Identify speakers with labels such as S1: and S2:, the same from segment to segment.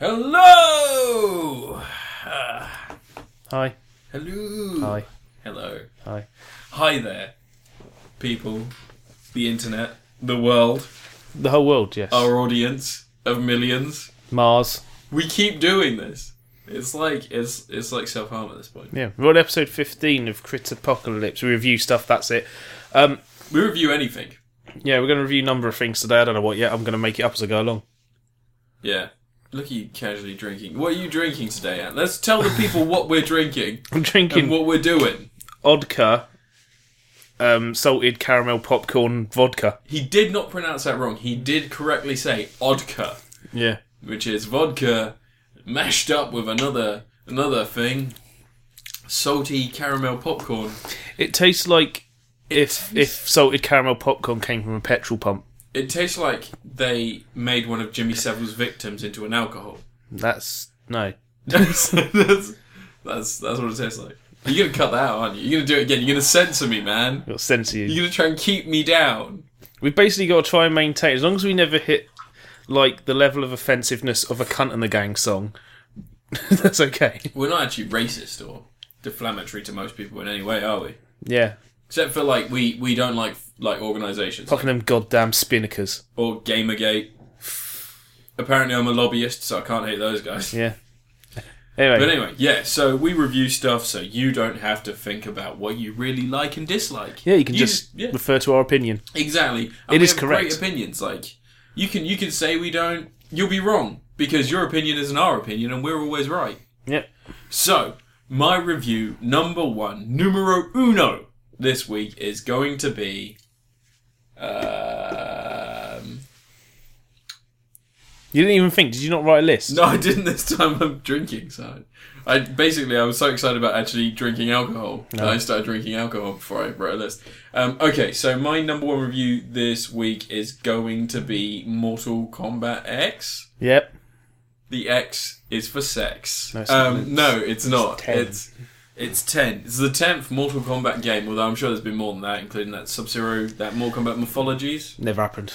S1: Hello. Ah,
S2: Hi.
S1: hello.
S2: Hi.
S1: Hello.
S2: Hi.
S1: Hi there, people, the internet, the world,
S2: The whole world, yes.
S1: our audience of millions.
S2: Mars.
S1: We keep doing this. It's like it's it's like self harm at this point.
S2: Yeah. We're on episode 15 of Crit Apocalypse. We review stuff, that's it. Um,
S1: We review anything.
S2: yeah, we're going to review a number of things today. I don't know what yet. I'm going to make it up as I go along.
S1: Yeah. Look at you casually drinking. What are you drinking today, Ant? Let's tell the people what we're drinking
S2: I'm drinking
S1: and what we're doing.
S2: Odka um, salted caramel popcorn vodka.
S1: He did not pronounce that wrong. He did correctly say Odka.
S2: Yeah.
S1: which is vodka mashed up with another another thing, salty caramel popcorn.
S2: It tastes like if if salted caramel popcorn came from a petrol pump.
S1: It tastes like they made one of Jimmy Savile's victims into an alcohol.
S2: That's. No.
S1: that's, that's that's that's what it tastes like. You're gonna cut that out, aren't you? You're gonna do it again. You're gonna censor me, man.
S2: It'll censor you.
S1: You're gonna try and keep me down.
S2: We've basically got to try and maintain, as long as we never hit, like, the level of offensiveness of a cunt in the gang song, that's okay.
S1: We're not actually racist or deflammatory to most people in any way, are we?
S2: Yeah.
S1: Except for like we we don't like like organisations
S2: Fucking them goddamn spinnakers.
S1: or Gamergate. Apparently, I'm a lobbyist, so I can't hate those guys.
S2: Yeah. Anyway,
S1: But anyway, yeah, so we review stuff so you don't have to think about what you really like and dislike.
S2: yeah, you can just
S1: yeah,
S2: refer to our opinion.
S1: exactly. And
S2: It
S1: we
S2: is
S1: have Great
S2: correct.
S1: opinions like you can you can say we don't you'll be wrong because your opinion isn't our opinion and we're always right.
S2: Yeah.
S1: So, my review number 1, numero uno this week is going to be um
S2: You didn't even think. Did you not write a list?
S1: No, I didn't this time. I'm drinking, so I basically I was so excited about actually drinking alcohol that I started drinking alcohol before I wrote a list. Um, okay, so my number one review this week is going to be Mortal Kombat X.
S2: Yep.
S1: The X is for sex.
S2: No, it's not.
S1: um, no, it's not.
S2: 10.
S1: It's it's ten. It's the tenth Mortal Kombat game. Although I'm sure there's been more than that, including that Sub Zero, that Mortal Kombat Mythologies,
S2: Never happened.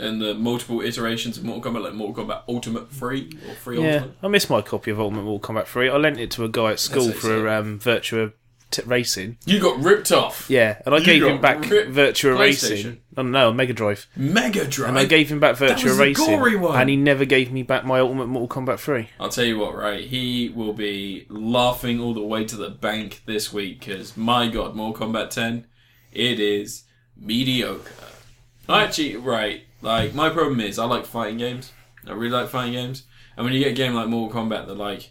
S1: and the multiple iterations of Mortal Kombat, like Mortal Kombat Ultimate Three or Three
S2: Yeah.
S1: Ultimate.
S2: I missed my copy of Ultimate Mortal Kombat 3. I lent it to a guy at school
S1: That's it.
S2: for um, Virtua t- Racing.
S1: You got ripped off.
S2: Yeah, and I
S1: You
S2: gave
S1: got
S2: him back
S1: ripped
S2: Virtua
S1: PlayStation.
S2: Racing. Oh, no, Mega Drive.
S1: Mega Drive.
S2: And I gave him back Virtua
S1: was the
S2: Racing.
S1: gory one.
S2: And he never gave me back my Ultimate Mortal Kombat 3.
S1: I'll tell you what, right? He will be laughing all the way to the bank this week because my God, Mortal Kombat 10, it is mediocre. I actually, right? Like my problem is I like fighting games. I really like fighting games, and when you get a game like Mortal Kombat that like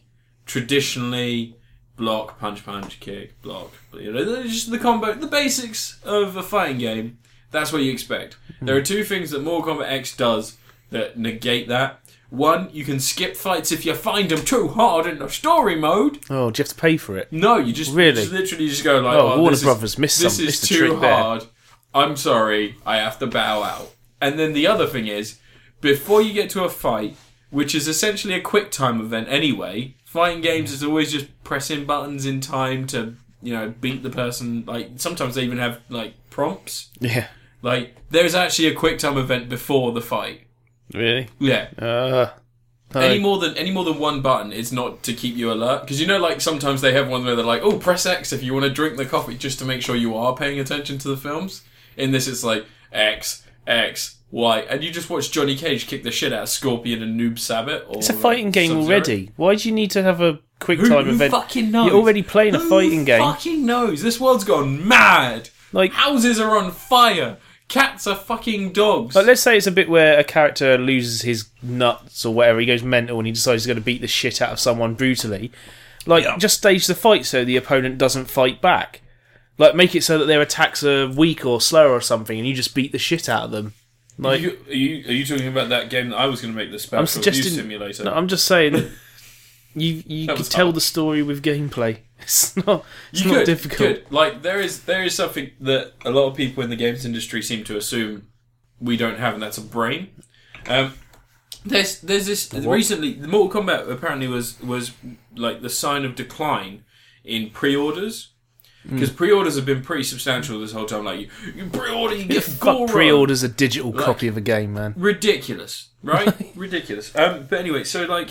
S1: traditionally block, punch, punch, kick, block, you know, they're just the combo, the basics of a fighting game. That's what you expect. There are two things that Mortal Kombat X does that negate that. One, you can skip fights if you find them too hard in the story mode.
S2: Oh, do you have to pay for it?
S1: No, you just
S2: Really?
S1: just literally just go like,
S2: Oh,
S1: oh,
S2: Warner
S1: this is-
S2: Brothers missed
S1: This
S2: some-
S1: is
S2: missed a
S1: too
S2: trick there."
S1: hard. I'm sorry, I have to bow out. And then the other thing is, before you get to a fight, which is essentially a quick time event anyway, fighting games is always just pressing buttons in time to you know beat the person. Like sometimes they even have like prompts.
S2: Yeah.
S1: Like there's actually a quick time event before the fight.
S2: Really?
S1: Yeah,
S2: Uh,
S1: any more than any more than one button is not to keep you alert because you know like sometimes they have one where they're like oh press X if you want to drink the coffee just to make sure you are paying attention to the films in this it's like X X Y and you just watch Johnny Cage kick the shit out of Scorpion and Noob Sabat or
S2: It's a fighting game already. Why do you need to have a quick
S1: who,
S2: time
S1: who
S2: event?
S1: fucking knows
S2: You're already playing a
S1: Who
S2: fighting game.
S1: fucking knows this world's gone mad
S2: Like-
S1: houses are on fire cats are fucking dogs
S2: But Uh, let's say it's a bit where a character loses his nuts or whatever, he goes mental and he decides he's going to beat the shit out of someone brutally. Like,
S1: Yeah.
S2: just stage the fight so the opponent doesn't fight back. Like, make it so that their attacks are weak or slower or something, and you just beat the shit out of them. Like,
S1: you, are, you, are you talking about that game that I was going to make the special
S2: I'm suggesting. No, I'm just saying. You you could
S1: was
S2: tell
S1: hard.
S2: the story with gameplay. It's not it's
S1: you
S2: not
S1: could,
S2: difficult.
S1: you could. Like there is there is something that a lot of people in the games industry seem to assume we don't have, and that's a brain. Um, there's there's this recently the Mortal Kombat apparently was was like the sign of decline in pre-orders
S2: Hmm.
S1: because pre-orders have been pretty substantial this whole time. Like you, you pre-order, you get
S2: Fuck
S1: Goro.
S2: pre-orders a digital
S1: Like-
S2: copy of a game, man.
S1: ridiculous, right? ridiculous. Um, but anyway, so like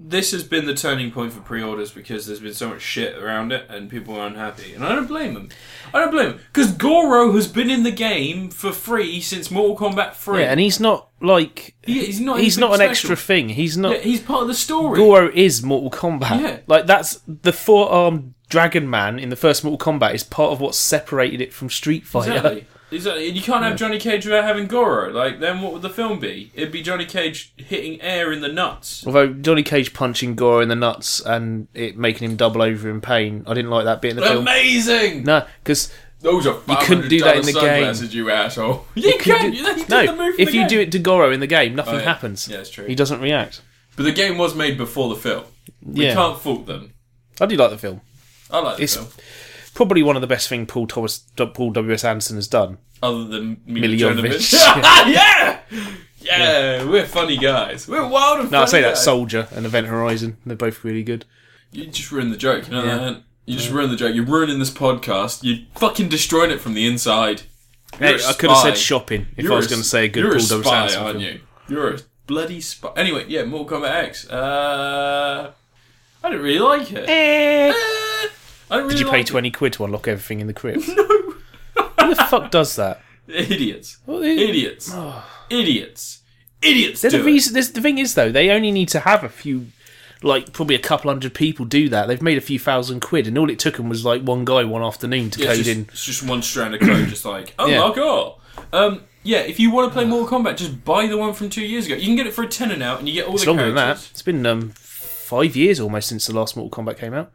S1: this has been the turning point for pre-orders because there's been so much shit around it and people are unhappy, and I don't blame them. I don't blame them because Goro has been in the game for free since Mortal Kombat Three.
S2: Yeah, and he's not like
S1: He- he's not.
S2: he's
S1: anything
S2: not an
S1: special.
S2: extra thing. He's not.
S1: Yeah, he's part of the story.
S2: Goro is Mortal Kombat.
S1: Yeah.
S2: Like that's the four-armed dragon man in the first Mortal Kombat is part of what separated it from Street Fighter.
S1: Exactly. Exactly. And you can't have Johnny Cage without having Goro. Like, then what would the film be? It'd be Johnny Cage hitting air in the nuts.
S2: Although Johnny Cage punching Goro in the nuts and it making him double over in pain, I didn't like that bit in the film.
S1: Amazing!
S2: No, because
S1: Those are you
S2: couldn't do that in the game.
S1: you asshole. You, can. you did
S2: no,
S1: the move in
S2: if
S1: the
S2: you
S1: game.
S2: do it to Goro in the game, nothing
S1: Oh, yeah.
S2: happens.
S1: Yeah, it's true.
S2: He doesn't react.
S1: But the game was made before the film. We
S2: Yeah.
S1: can't fault them.
S2: I do like the film.
S1: I like the
S2: It's-
S1: film.
S2: Probably one of the best thing Paul Thomas, Paul W. S. Anderson has done.
S1: Other than Mila
S2: Miljovic.
S1: Jovovich. yeah! yeah! we're funny guys. We're wild and
S2: No, I
S1: funny
S2: say that
S1: guys.
S2: Soldier and Event Horizon. They're both really good.
S1: You just ruined the joke. You know
S2: Yeah.
S1: that? You just ruined the joke. You're ruining this podcast. You're fucking destroying it from the inside. You're
S2: Hey,
S1: a
S2: I could have
S1: spy.
S2: said shopping if
S1: You're
S2: I was
S1: a-
S2: going to say a good
S1: you're
S2: Paul
S1: a
S2: W. S.
S1: spy,
S2: Anderson
S1: aren't
S2: film.
S1: you? You're a bloody spy. Anyway, yeah, Mortal Kombat X. Uh, I didn't really like it. Uh,
S2: Eh.
S1: I didn't really
S2: Did you pay
S1: like
S2: twenty quid to unlock everything in the crypt? no. Who the fuck does that?
S1: it. Idiots.
S2: Well, they-
S1: Idiots. Idiots. Idiots.
S2: They're
S1: do
S2: the
S1: it.
S2: reason. This, the thing is, though, they only need to have a few, like probably a couple hundred people do that. They've made a few thousand quid, and all it took them was like one guy one afternoon to
S1: Yeah,
S2: code
S1: it's, just,
S2: in.
S1: it's just one strand of code, just like, oh
S2: Yeah.
S1: my god. Um, yeah, if you want to play Mortal Kombat, just buy the one from two years ago. You can get it for a tenner now, and you get all
S2: It's
S1: the
S2: longer than
S1: characters.
S2: that. It's been um, five years almost since the last Mortal Kombat came out.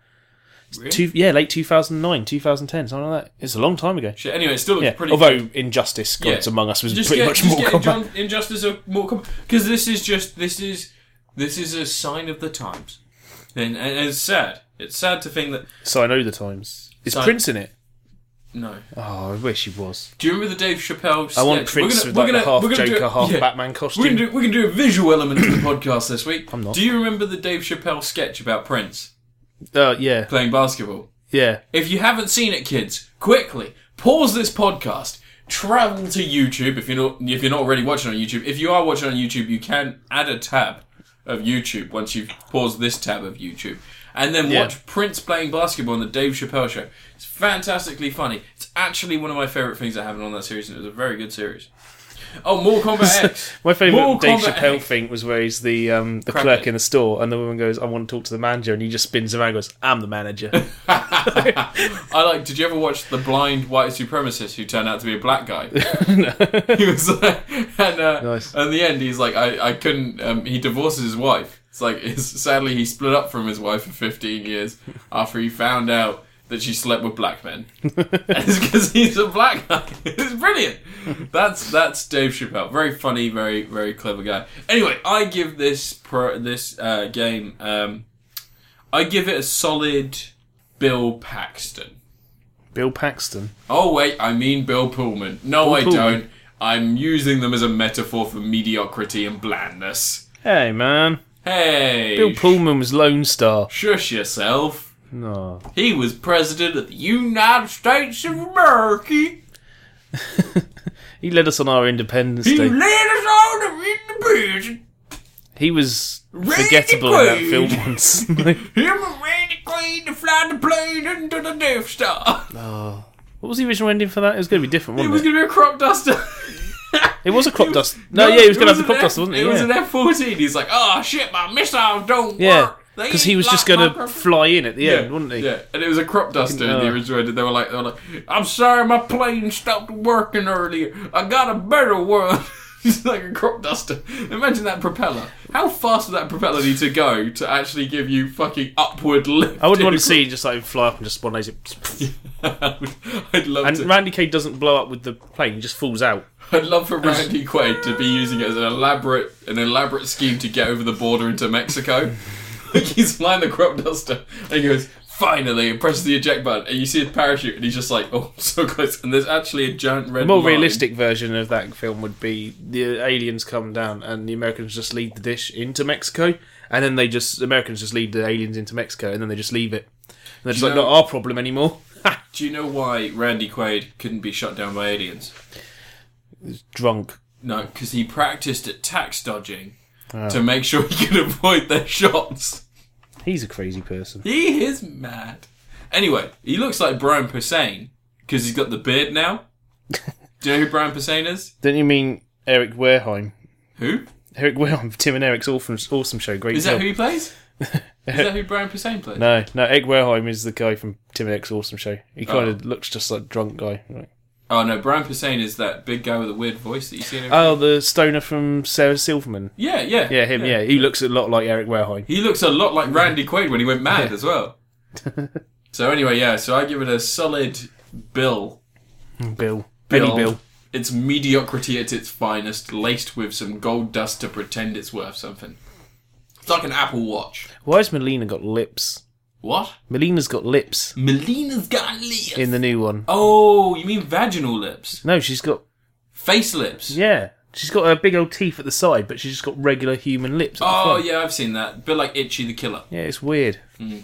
S1: Really?
S2: Two, yeah, late 2009, 2010, something like that. It's a long time ago.
S1: Shit, Anyway, it still looks
S2: Yeah.
S1: pretty.
S2: Although Injustice Gods
S1: Yeah.
S2: Among Us was
S1: just
S2: pretty
S1: get,
S2: much
S1: just
S2: Mortal
S1: get
S2: Kombat.
S1: Injun- Injustice of Mortal Kombat because this is just this is this is a sign of the times, and, and, and it's sad. It's sad to think that
S2: So I know the times. Is
S1: So-
S2: Prince in it?
S1: no.
S2: Oh, I wish he was.
S1: Do you remember the Dave Chappelle? Sketch?
S2: I want Prince with like a half Joker, half
S1: yeah.
S2: Batman
S1: We're
S2: costume.
S1: gonna, do, we're gonna do a visual element to the podcast this week.
S2: I'm not.
S1: Do you remember the Dave Chappelle sketch about Prince
S2: Uh, yeah,
S1: playing basketball?
S2: yeah.
S1: If you haven't seen it, kids, quickly pause this podcast. Travel to YouTube if you're not if you're not already watching on YouTube. If you are watching on YouTube, you can add a tab of YouTube once you've paused this tab of YouTube, and then
S2: Yeah.
S1: watch Prince playing basketball on the Dave Chappelle show. It's fantastically funny. It's actually one of my favorite things that happened on that series, and it was a very good series. Oh, more Kombat X.
S2: My
S1: Mortal
S2: favourite Dave
S1: Kombat
S2: Chappelle
S1: X.
S2: thing was where he's the um, the
S1: Crack
S2: clerk
S1: it.
S2: in the store, and the woman goes, "I want to talk to the manager," and he just spins around, and goes, "I'm the manager."
S1: I like. Did you ever watch the blind white supremacist who turned out to be a black guy? he was like, and uh,
S2: Nice.
S1: and in the end, he's like, I, I couldn't. Um, he divorces his wife. It's like, it's, sadly, he split up from his wife for 15 years after he found out that she slept with black men. And it's because he's a black guy. It's brilliant. That's that's Dave Chappelle. Very funny, very very clever guy. Anyway, I give this pro, this uh, game. Um, I give it a solid Bill Paxton.
S2: Bill Paxton.
S1: Oh wait, I mean Bill Pullman. No, I
S2: Pullman.
S1: don't. I'm using them as a metaphor for mediocrity and blandness.
S2: Hey man,
S1: Hey,
S2: Bill Pullman was Lone Star.
S1: shush yourself.
S2: No,
S1: He was president of the United States of America.
S2: he led us on our Independence
S1: He
S2: Day.
S1: led us all to independence.
S2: He was
S1: Randy
S2: forgettable in that
S1: Quaid.
S2: film once. what
S1: Him and Randy Quaid to fly the plane into the Death Star.
S2: Oh. was the original ending for that? It was going to be different,
S1: It
S2: wasn't
S1: was going
S2: it?
S1: to be a crop duster.
S2: It was a crop
S1: It was-
S2: dust. No, yeah, he was going to have the
S1: an
S2: crop
S1: F-
S2: duster, wasn't he?
S1: It was
S2: Yeah.
S1: an F fourteen. He's like, oh shit, my missiles don't
S2: Yeah,
S1: work. They
S2: because he
S1: ain't
S2: was just
S1: like
S2: going
S1: my
S2: to
S1: crop-"
S2: fly in at the
S1: yeah,
S2: end, wasn't he?
S1: Yeah, and it was a crop duster in the
S2: Uh.
S1: original. edit. They were like, they were like, I'm sorry, my plane stopped working earlier. I got a better one. It's like a crop duster. Imagine that propeller. How fast would that propeller need to go to actually give you fucking upward lift?
S2: I would
S1: in
S2: want
S1: a
S2: to see him just like fly up and just one laser.
S1: crop- I would- I'd love
S2: And
S1: to.
S2: Randy Cage doesn't blow up with the plane; he just falls out.
S1: I'd love for Randy Quaid to be using it as an elaborate an elaborate scheme to get over the border into Mexico. like he's flying the crop duster and he goes, finally, and presses the eject button and you see his parachute and he's just like, Oh, I'm so close and there's actually a giant red
S2: A more
S1: line.
S2: realistic version of that film would be the aliens come down and the Americans just lead the dish into Mexico, and then they just the Americans just lead the aliens into Mexico, and then they just leave it. And they're just
S1: you
S2: like,
S1: know-
S2: not our problem anymore.
S1: Do you know why Randy Quaid couldn't be shut down by aliens?
S2: Drunk.
S1: No, because he practiced at tax dodging
S2: Oh.
S1: to make sure he could avoid their shots.
S2: He's a crazy person.
S1: He is mad. Anyway, he looks like Brian Posehn because he's got the beard now. Do you know who Brian Posehn is?
S2: Don't you mean Eric Wareheim?
S1: Who?
S2: Eric Wareheim, Tim and Eric's awesome, awesome show. Great
S1: Is that
S2: film.
S1: who he plays? Is that who Brian Posehn plays?
S2: No, no, Eric Wareheim is the guy from Tim and Eric's awesome show. He kind of looks just like drunk guy. Right.
S1: Oh no, Brian Posehn is that big guy with the weird voice that you see in every-
S2: Oh, the stoner from Sarah Silverman.
S1: Yeah, yeah.
S2: Yeah, him. Yeah, he looks a lot like Eric Wareheim.
S1: He looks a lot like Randy Quaid when he went mad as well. so anyway, yeah, so I give it a solid bill. Hmm.
S2: Bill, Benny Bill.
S1: It's mediocrity at its finest, laced with some gold dust to pretend it's worth something. It's like an Apple Watch.
S2: Why has Melina got lips?
S1: What?
S2: Melina's got lips
S1: Melina's got lips.
S2: in the new one.
S1: oh, you mean vaginal lips?
S2: No, she's got
S1: Face lips?
S2: yeah. She's got her big old teeth at the side, but she's just got regular human lips. At the
S1: Oh
S2: front.
S1: yeah, I've seen that. bit like Itchy the Killer.
S2: yeah, it's weird.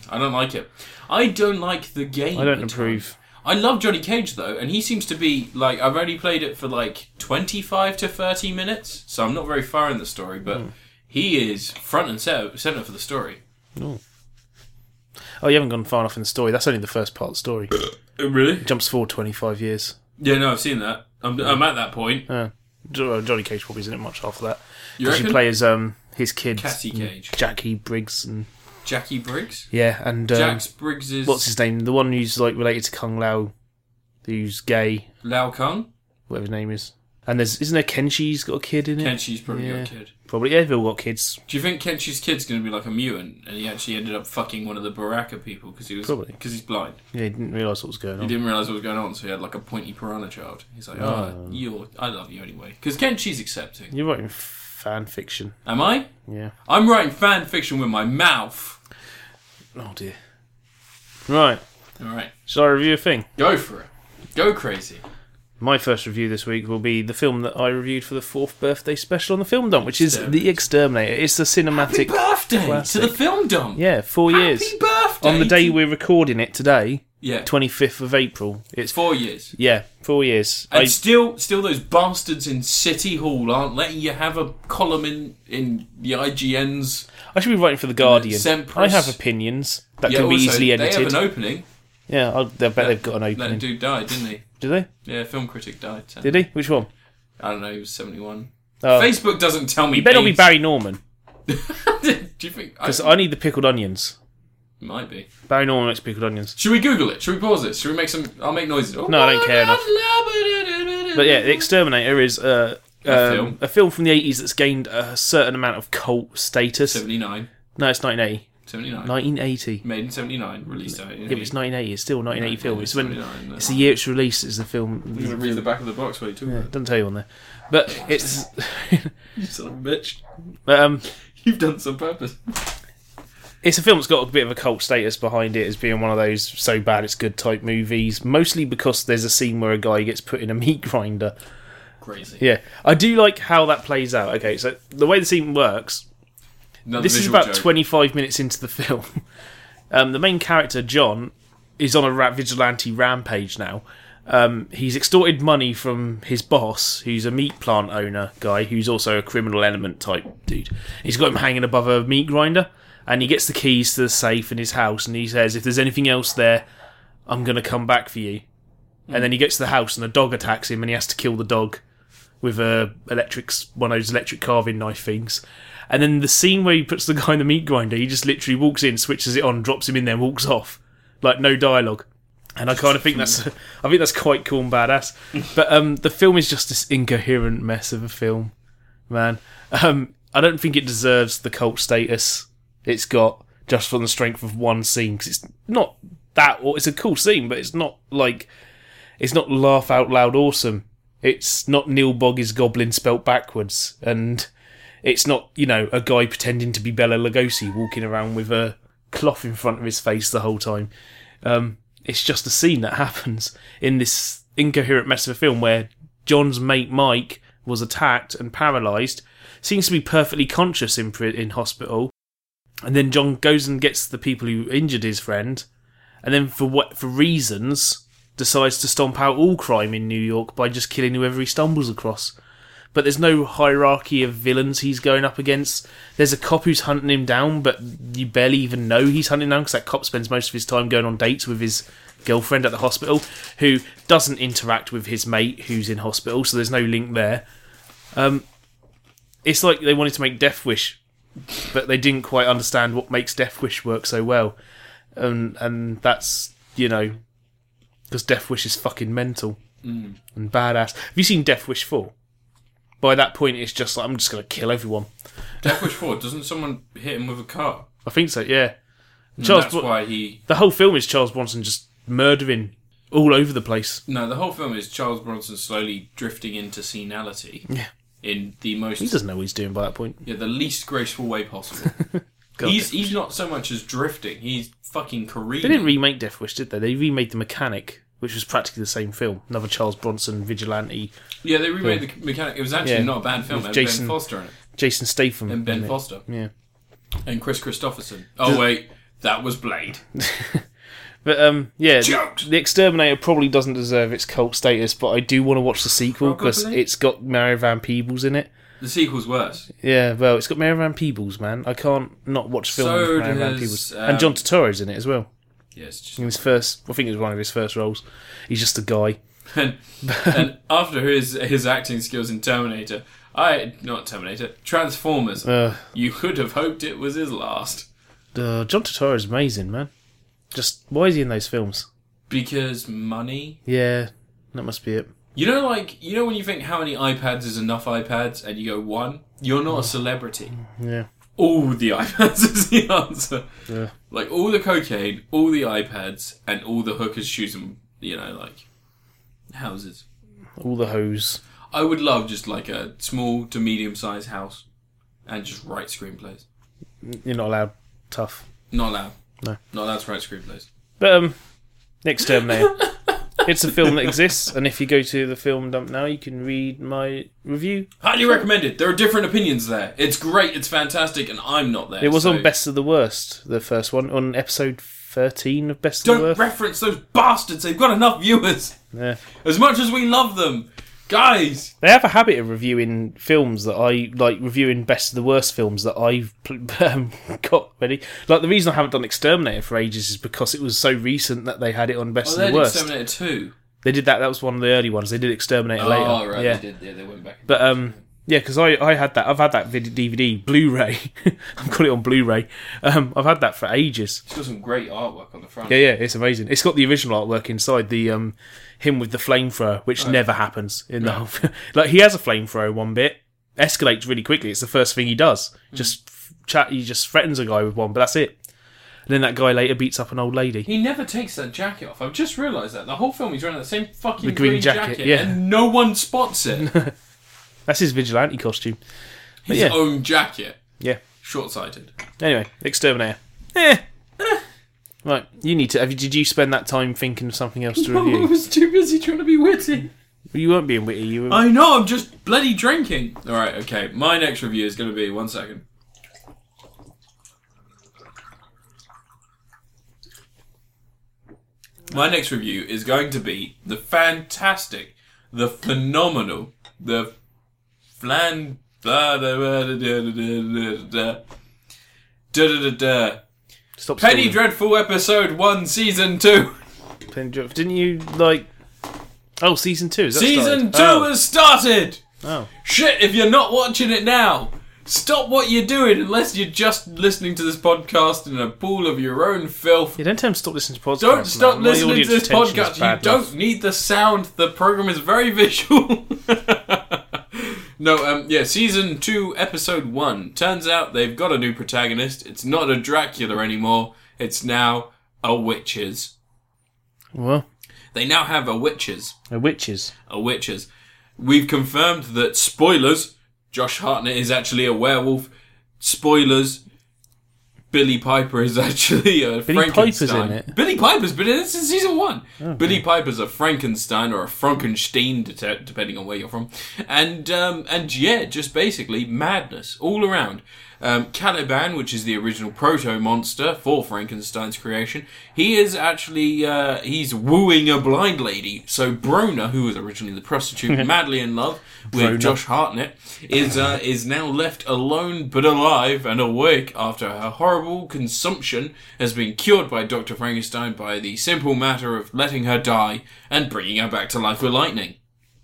S1: I don't like it. I don't like the game.
S2: I don't
S1: at all.
S2: approve.
S1: I love Johnny Cage though, and he seems to be like I've only played it for like twenty-five to thirty minutes, so I'm not very far in the story, but
S2: Hmm.
S1: he is front and center, center for the story.
S2: Oh, you haven't gone far enough in the story. That's only the first part of the story.
S1: really?
S2: Jumps forward twenty five years.
S1: Yeah, no, I've seen that. I'm, I'm at that point.
S2: Jo- Hmm. uh, Johnny Cage probably isn't it much after that.
S1: You
S2: Because
S1: reckon?
S2: you play as um his kids,
S1: Cassie Cage,
S2: Jackie Briggs, and
S1: Jackie Briggs,
S2: yeah, and um,
S1: Jax Briggs is
S2: what's his name? The one who's like related to Kung Lao, who's gay,
S1: Lao Kung,
S2: whatever his name is. And there's isn't there Kenshi's got a kid in it?
S1: Kenshi's probably your
S2: Yeah.
S1: kid.
S2: Probably yeah, they've all got kids.
S1: Do you think Kenshi's kid's going to be like a mutant, and he actually ended up fucking one of the Baraka people because he was
S2: Probably. Oh.
S1: because he's blind?
S2: Yeah, he didn't realise what was going
S1: He
S2: on.
S1: didn't realize what was going on, so he had like a pointy piranha child. He's like, "Oh, you're, I love you anyway." Because Kenshi's accepting.
S2: You're writing fan fiction.
S1: Am I?
S2: Yeah.
S1: I'm writing fan fiction with my mouth.
S2: Oh dear. Right.
S1: All right,
S2: Shall I review a thing?
S1: go for it. Go crazy.
S2: My first review this week will be the film that I reviewed for the fourth birthday special on the film dump, which is The Exterminator. It's a
S1: Happy
S2: cinematic.
S1: birthday
S2: classic.
S1: to the film dump.
S2: yeah, four
S1: Happy
S2: years.
S1: birthday
S2: on the day
S1: to-
S2: we're recording it today,
S1: yeah,
S2: 25th of April. It's
S1: four years.
S2: yeah, four years.
S1: And
S2: I,
S1: still, still those bastards in City Hall aren't letting you have a column in in the IGN's.
S2: I should be writing for the Guardian.
S1: Sempris-
S2: I have opinions that
S1: Yeah,
S2: can be
S1: also,
S2: easily
S1: They
S2: edited.
S1: have an opening.
S2: yeah, I'll, I bet they've got an
S1: That
S2: opening.
S1: dude died, didn't he?
S2: Did they?
S1: Yeah, film critic died. so-
S2: Did he? Which one?
S1: I don't know. He was seventy-one.
S2: Oh.
S1: Facebook doesn't tell me.
S2: You better not be
S1: age.
S2: Barry Norman
S1: Do you think? I,
S2: because I need the pickled onions.
S1: might be.
S2: Barry Norman makes pickled onions.
S1: Should we Google it? Should we pause this? Should we make some? I'll make noises. No,
S2: I don't care enough. But
S1: But
S2: yeah, The Exterminator is uh, um,
S1: film.
S2: a film from the 80s that's gained a certain amount of cult status.
S1: 79,
S2: No, it's 1980.
S1: 79.
S2: 1980.
S1: Made in 79, released out.
S2: If it's 1980, it's still a 1980 film. It's when
S1: 79,
S2: it's the year it's released is the film.
S1: I'm uh, gonna read the back of the box where you took it.
S2: Doesn't tell you on there, but it's
S1: You son of a bitch.
S2: um,
S1: You've done this on purpose.
S2: it's a film that's got a bit of a cult status behind it as being one of those so bad it's good type movies. Mostly because there's a scene where a guy gets put in a meat grinder.
S1: Crazy.
S2: Yeah, I do like how that plays out. Okay, so the way the scene works
S1: Another
S2: this is
S1: visual
S2: about
S1: joke.
S2: 25 minutes into the film. Um, the main character, John, is on a rat vigilante rampage now. Um, he's extorted money from his boss, who's a meat plant owner guy, who's also a criminal element type dude. He's got him hanging above a meat grinder, and he gets the keys to the safe in his house, and he says, If there's anything else there, I'm going to come back for you.
S1: Hmm.
S2: And then he gets to the house, and a dog attacks him, and he has to kill the dog with a electrics one of those electric carving knife things. And then the scene where he puts the guy in the meat grinder, he just literally walks in, switches it on, drops him in there, and walks off, like no dialogue. And I kind of think that's, I think that's quite cool and badass. But um, the film is just this incoherent mess of a film, man. Um, I don't think it deserves the cult status it's got just from the strength of one scene because it's not that, or it's a cool scene, but it's not like, it's not laugh out loud awesome. It's not Neil Boggs Goblin spelt backwards, and it's not you know a guy pretending to be Bella Lugosi walking around with a cloth in front of his face the whole time. Um, it's just a scene that happens in this incoherent mess of a film where John's mate Mike was attacked and paralysed, seems to be perfectly conscious in pri- in hospital, and then John goes and gets the people who injured his friend, and then for what for reasons decides to stomp out all crime in New York by just killing whoever he stumbles across. But there's no hierarchy of villains he's going up against. There's a cop who's hunting him down, but you barely even know he's hunting him down because that cop spends most of his time going on dates with his girlfriend at the hospital, who doesn't interact with his mate who's in hospital, so there's no link there. Um, it's like they wanted to make Death Wish, but they didn't quite understand what makes Death Wish work so well, and and that's you know because Death Wish is fucking mental
S1: Mm.
S2: and badass. Have you seen Death Wish four? By that point, it's just like I'm just gonna kill everyone.
S1: Death Wish 4, doesn't someone hit him with a car?
S2: I think so. Yeah,
S1: And
S2: Charles
S1: Mm, that's
S2: Bro-
S1: why he.
S2: the whole film is Charles Bronson just murdering all over the place.
S1: No, the whole film is Charles Bronson slowly drifting into senility.
S2: Yeah.
S1: In the most.
S2: He doesn't know what he's doing by that point.
S1: Yeah, the least graceful way possible.
S2: God,
S1: he's he's not so much as drifting. He's fucking careening.
S2: They didn't remake Death Wish, did they? They remade The Mechanic, which was practically the same film. Another Charles Bronson vigilante.
S1: yeah, they remade the mechanic. It was actually
S2: Yeah.
S1: not a bad film. It
S2: With
S1: had
S2: Jason-
S1: Ben Foster in it.
S2: Jason Statham.
S1: And Ben
S2: in it.
S1: Foster.
S2: Yeah.
S1: And Chris Christopherson. Oh wait, that was Blade.
S2: But um, yeah, the,
S1: Jokes.
S2: the Exterminator probably doesn't deserve its cult status, but I do want to watch the sequel because
S1: Probably.
S2: it's got Mary Van Peebles in it.
S1: The sequel's worse.
S2: Yeah, well, it's got Mary Van Peebles, man. I can't not watch film
S1: So
S2: with Mary Van
S1: does,
S2: Peebles,
S1: um,
S2: and John Turturro's in it as well.
S1: Yes. just-
S2: In his first, I think it was one of his first roles. He's just a guy.
S1: And, and after his his acting skills in Terminator, I not Terminator, Transformers.
S2: Uh,
S1: you could have hoped it was his last
S2: uh, John Turturro's amazing, man. Just why is he in those films?
S1: because money.
S2: Yeah, that must be it.
S1: You know, like you know when you think how many iPads is enough iPads, and you go one. You're not a
S2: Mm.
S1: celebrity.
S2: Yeah,
S1: all the iPads is the answer.
S2: Yeah.
S1: Like all the cocaine, all the iPads, and all the hookers' shoes and you know like houses.
S2: all the hoes.
S1: I would love just like a small to medium sized house, and just write screenplays.
S2: You're not allowed. Tough.
S1: Not allowed.
S2: No.
S1: Not allowed to write screenplays.
S2: But um, next Terminator. it's a film that exists, and if you go to the film dump now, you can read my review.
S1: Highly recommended. There are different opinions there. It's great. It's fantastic, and I'm not there.
S2: It was
S1: so
S2: on Best of the Worst, the first one, on episode thirteen of Best of the
S1: Don't
S2: Worst.
S1: reference those bastards. They've got enough viewers.
S2: yeah.
S1: As much as we love them, guys.
S2: They have a habit of reviewing films that I like, reviewing Best of the Worst films that I've pl- um, got ready. Like the reason I haven't done Exterminator for ages is because it was so recent that they had it on
S1: Oh,
S2: Best of
S1: they
S2: the
S1: did
S2: Worst.
S1: Terminator Two.
S2: They did that. That was one of the early ones. They did Exterminator later.
S1: Oh right,
S2: yeah.
S1: they did. Yeah, they went back.
S2: But um, yeah, because I, I had that. I've had that vid- DVD, Blu-ray. I've got it on Blu-ray. Um, I've had that for ages.
S1: It's got some great artwork on the front.
S2: Yeah, yeah, it's amazing. It's got the original artwork inside the um, him with the flamethrower, which never happens in the whole. Film. like he has a flamethrower one bit, escalates really quickly. It's the first thing he does. Just f- chat. He just threatens a guy with one, but that's it. And then that guy later beats up an old lady.
S1: He never takes that jacket off. I've just realised that. The whole film he's wearing the same fucking
S2: The green jacket, yeah.
S1: and no one spots it.
S2: That's his vigilante costume. But
S1: His
S2: yeah,
S1: own jacket.
S2: yeah.
S1: Short sighted.
S2: Anyway, exterminator. Eh. Right, you need to. Have you, did you spend that time thinking of something else to
S1: I
S2: review?
S1: was too busy trying to be witty.
S2: You weren't being witty. You were.
S1: I know, I'm just bloody drinking. Alright, okay. My next review is gonna be one second. My next review is going to be the fantastic, the phenomenal, the flan da da da da da da da da da da da
S2: Stop.
S1: Penny
S2: stalling.
S1: Dreadful episode one season two.
S2: Penny Dreadful. Didn't you like? Oh, season two. Is that
S1: Season
S2: started?
S1: two
S2: Oh.
S1: has started.
S2: Oh.
S1: Shit, if you're not watching it now, stop what you're doing unless you're just listening to this podcast in a pool of your own filth.
S2: Yeah, don't tell him to stop listening to podcasts.
S1: Don't
S2: man.
S1: stop
S2: My
S1: listening
S2: audience
S1: to this
S2: retention is
S1: podcast. You
S2: bad
S1: don't
S2: enough.
S1: need the sound. The program is very visual. no, um, yeah, season two, episode one. Turns out they've got a new protagonist. It's not a Dracula anymore. It's now a witches.
S2: Well,
S1: They now have a witches.
S2: they're witches.
S1: are witches. We've confirmed that spoilers. Josh Hartnett is actually a werewolf. Spoilers. Billy Piper is actually a
S2: Billy Piper's
S1: Frankenstein.
S2: in it? Oh,
S1: Billy Piper's been in it since season one. Billy Piper's a Frankenstein or a Frankenstein, det- depending on where you're from, and um, and yeah, just basically madness all around. Um, Caliban, which is the original proto monster for Frankenstein's creation, he is actually uh, he's wooing a blind lady. So Brona, who was originally the prostitute, madly in love with
S2: Brona.
S1: Josh Hartnett, is uh, is now left alone but alive and awake after her horrible consumption has been cured by Doctor Frankenstein by the simple matter of letting her die and bringing her back to life with lightning.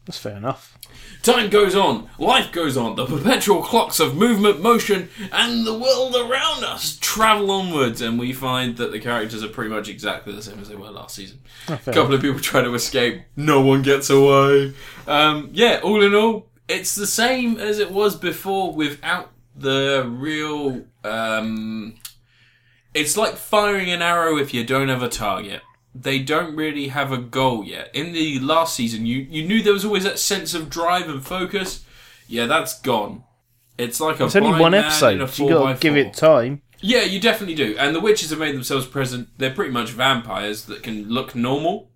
S2: That's fair enough.
S1: Time goes on, life goes on, the perpetual clocks of movement, motion, and the world around us travel onwards, and we find that the characters are pretty much exactly the same as they were last season. A couple of people try to escape, no one gets away. Um, yeah, all in all, it's the same as it was before without the real. Um, it's like firing an arrow if you don't have a target. They don't really have a goal yet. In the last season, you, you knew there was always that sense of drive and focus. Yeah, that's gone. It's like a
S2: It's only
S1: blind
S2: one
S1: man in a
S2: episode. You
S1: four by
S2: got to give
S1: four.
S2: it time.
S1: Yeah, you definitely do. And the witches have made themselves present. They're pretty much vampires that can look normal,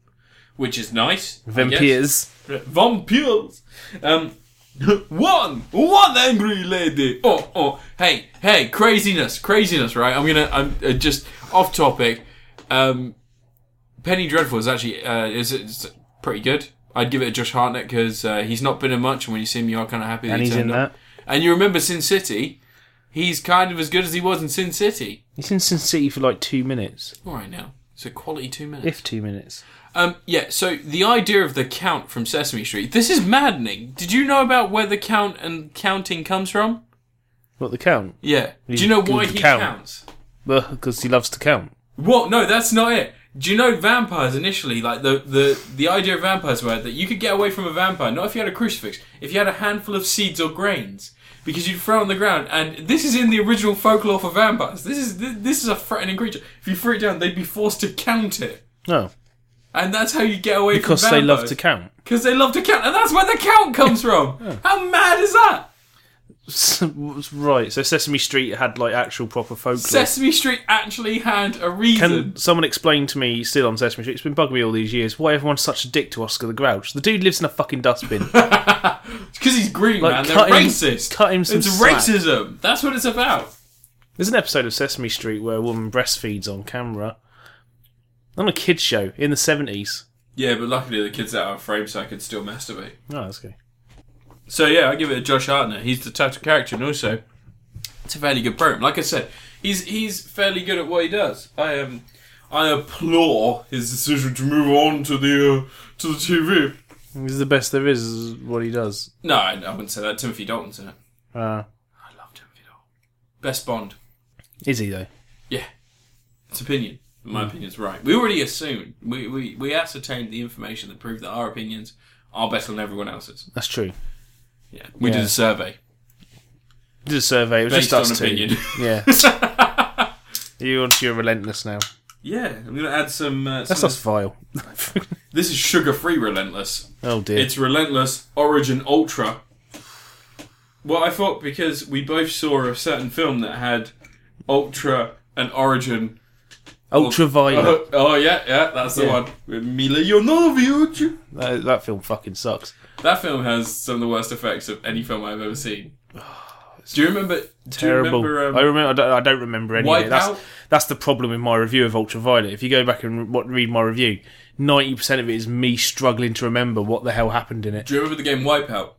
S1: which is nice. I guess.
S2: Vampires.
S1: Vampires. Um, one, one angry lady. Oh, oh, hey, hey, craziness, craziness. Right, I'm gonna, I'm uh, just off topic. Um, Penny Dreadful is actually uh, is, is pretty good. I'd give it to Josh Hartnett because uh, he's not been in much, and when you see him, you are kind of happy. That
S2: And
S1: he
S2: he's in
S1: turned up.
S2: that.
S1: And you remember Sin City. He's kind of as good as he was in Sin City.
S2: He's in Sin City for like two minutes,
S1: All right now. It's a quality two minutes.
S2: if two minutes.
S1: Um, yeah, so the idea of the count from Sesame Street, this is maddening. Did you know about where the count and counting comes from?
S2: What the count?
S1: Yeah. Do you know
S2: He's
S1: why
S2: the
S1: he
S2: count.
S1: counts?
S2: Well, because he loves to count.
S1: What? No, that's not it. Do you know vampires initially, like the, the, the idea of vampires were that you could get away from a vampire, not if you had a crucifix, if you had a handful of seeds or grains, because you'd throw it on the ground, and this is in the original folklore for vampires. This is, this, this is a threatening creature. If you threw it down, they'd be forced to count it.
S2: No,
S1: And that's how you get away
S2: because
S1: from
S2: they
S1: vampires.
S2: love to count.
S1: Because they love to count, and that's where the count comes from. How mad is that?
S2: right. So Sesame Street had like actual proper folklore.
S1: Sesame Street actually had a reason.
S2: Can someone explain to me, still on Sesame Street, it's been bugging me all these years, why everyone's such a dick to Oscar the Grouch? The dude lives in a fucking dustbin.
S1: Because he's green,
S2: Like,
S1: man. They're
S2: cut him-
S1: racist.
S2: cut him some
S1: It's
S2: slack.
S1: racism. That's what it's about.
S2: There's an episode of Sesame Street where a woman breastfeeds on camera. On a kids show in the 70s.
S1: Yeah, but luckily the kid's out of frame, so I could still masturbate.
S2: Oh, that's good.
S1: So yeah, I give it to Josh Hartnett. He's the type of character, and also it's a fairly good program. Like I said, he's he's fairly good at what he does. I um I applaud his decision to move on to the uh, to the TV.
S2: He's the best there is, is what he does.
S1: No, I, I wouldn't say that. Timothy Dalton's in it.
S2: Uh,
S1: I love Timothy Dalton. Best Bond.
S2: is he, though?
S1: Yeah. It's opinion.
S2: Hmm.
S1: My opinion's right. We already assumed. We, we, we ascertained the information that proved that our opinions are better than everyone else's.
S2: That's true.
S1: Yeah. We did
S2: Yeah.
S1: a survey.
S2: Did a survey, it was
S1: Based
S2: just us
S1: on opinion.
S2: two. Yeah. you onto your relentless now.
S1: yeah. I'm going to add some. Uh,
S2: That's
S1: some
S2: us vile.
S1: this is sugar free relentless.
S2: oh dear.
S1: It's relentless Origin Ultra. Well, I thought because we both saw a certain film that had Ultra and Origin
S2: Ultraviolet.
S1: Oh, oh, yeah, yeah, that's the
S2: Yeah.
S1: one. With Mila Jovovich.
S2: that, that film fucking sucks.
S1: That film has some of the worst effects of any film I've ever seen. Do you remember?
S2: Terrible.
S1: Do you
S2: I
S1: remember? Um,
S2: remember. I don't, I don't remember any of it.
S1: Wipeout?
S2: That's, that's the problem with my review of Ultraviolet. If you go back and re- read my review, ninety percent of it is me struggling to remember what the hell happened in it.
S1: do you remember the game Wipeout?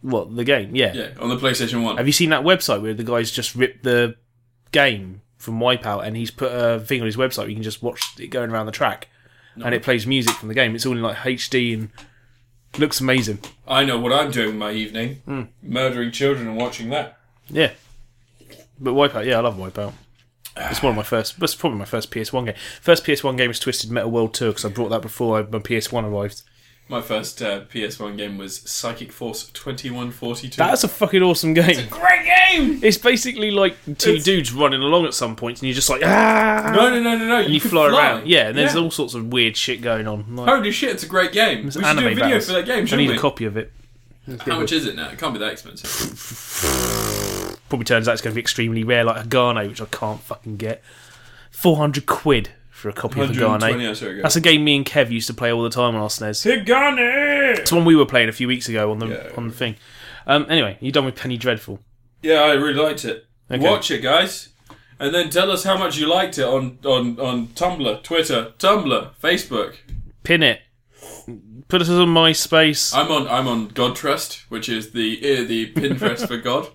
S2: What the game? Yeah.
S1: Yeah, on the PlayStation One.
S2: Have you seen that website where the guy's just ripped the game from Wipeout and he's put a thing on his website where you can just watch it going around the track, and it plays music from the game. It's all in like HD and looks amazing.
S1: I know what I'm doing with my evening:
S2: Hmm.
S1: murdering children and watching that.
S2: Yeah. But Wipeout, yeah, I love Wipeout. It's one of my first. It's probably my first PS1 game. First PS1 game is Twisted Metal World Tour because I brought that before I, my PS1 arrived.
S1: My first uh, PS1 game was Psychic Force 2142.
S2: That's a fucking awesome game.
S1: great game.
S2: It's basically like two
S1: It's-
S2: dudes running along at some points, and you're just like, ah,
S1: No, no, no, no, no.
S2: and you
S1: could
S2: fly, around. Yeah, and there's all sorts of weird shit going on. Like,
S1: Holy shit, it's a great game. We should do a video
S2: battles.
S1: for that game,
S2: I need
S1: shouldn't we?
S2: a copy of it.
S1: How much is it now? It can't be that expensive.
S2: Probably turns out it's going to be extremely rare, like Agano, which I can't fucking get. Four hundred quid for a copy of
S1: 120
S2: Agano.
S1: hours ago.
S2: That's a game me and Kev used to play all the time on our E SNES.
S1: Tigani!
S2: It's one we were playing a few weeks ago on the
S1: Yeah.
S2: on the thing. Um, anyway, you done with Penny Dreadful?
S1: Yeah, I really liked it.
S2: Okay.
S1: Watch it, guys, and then tell us how much you liked it on on on Tumblr, Twitter, Tumblr, Facebook.
S2: Pin it. Put us on MySpace.
S1: I'm on I'm on God Trust, which is the eh, the Pinterest for God,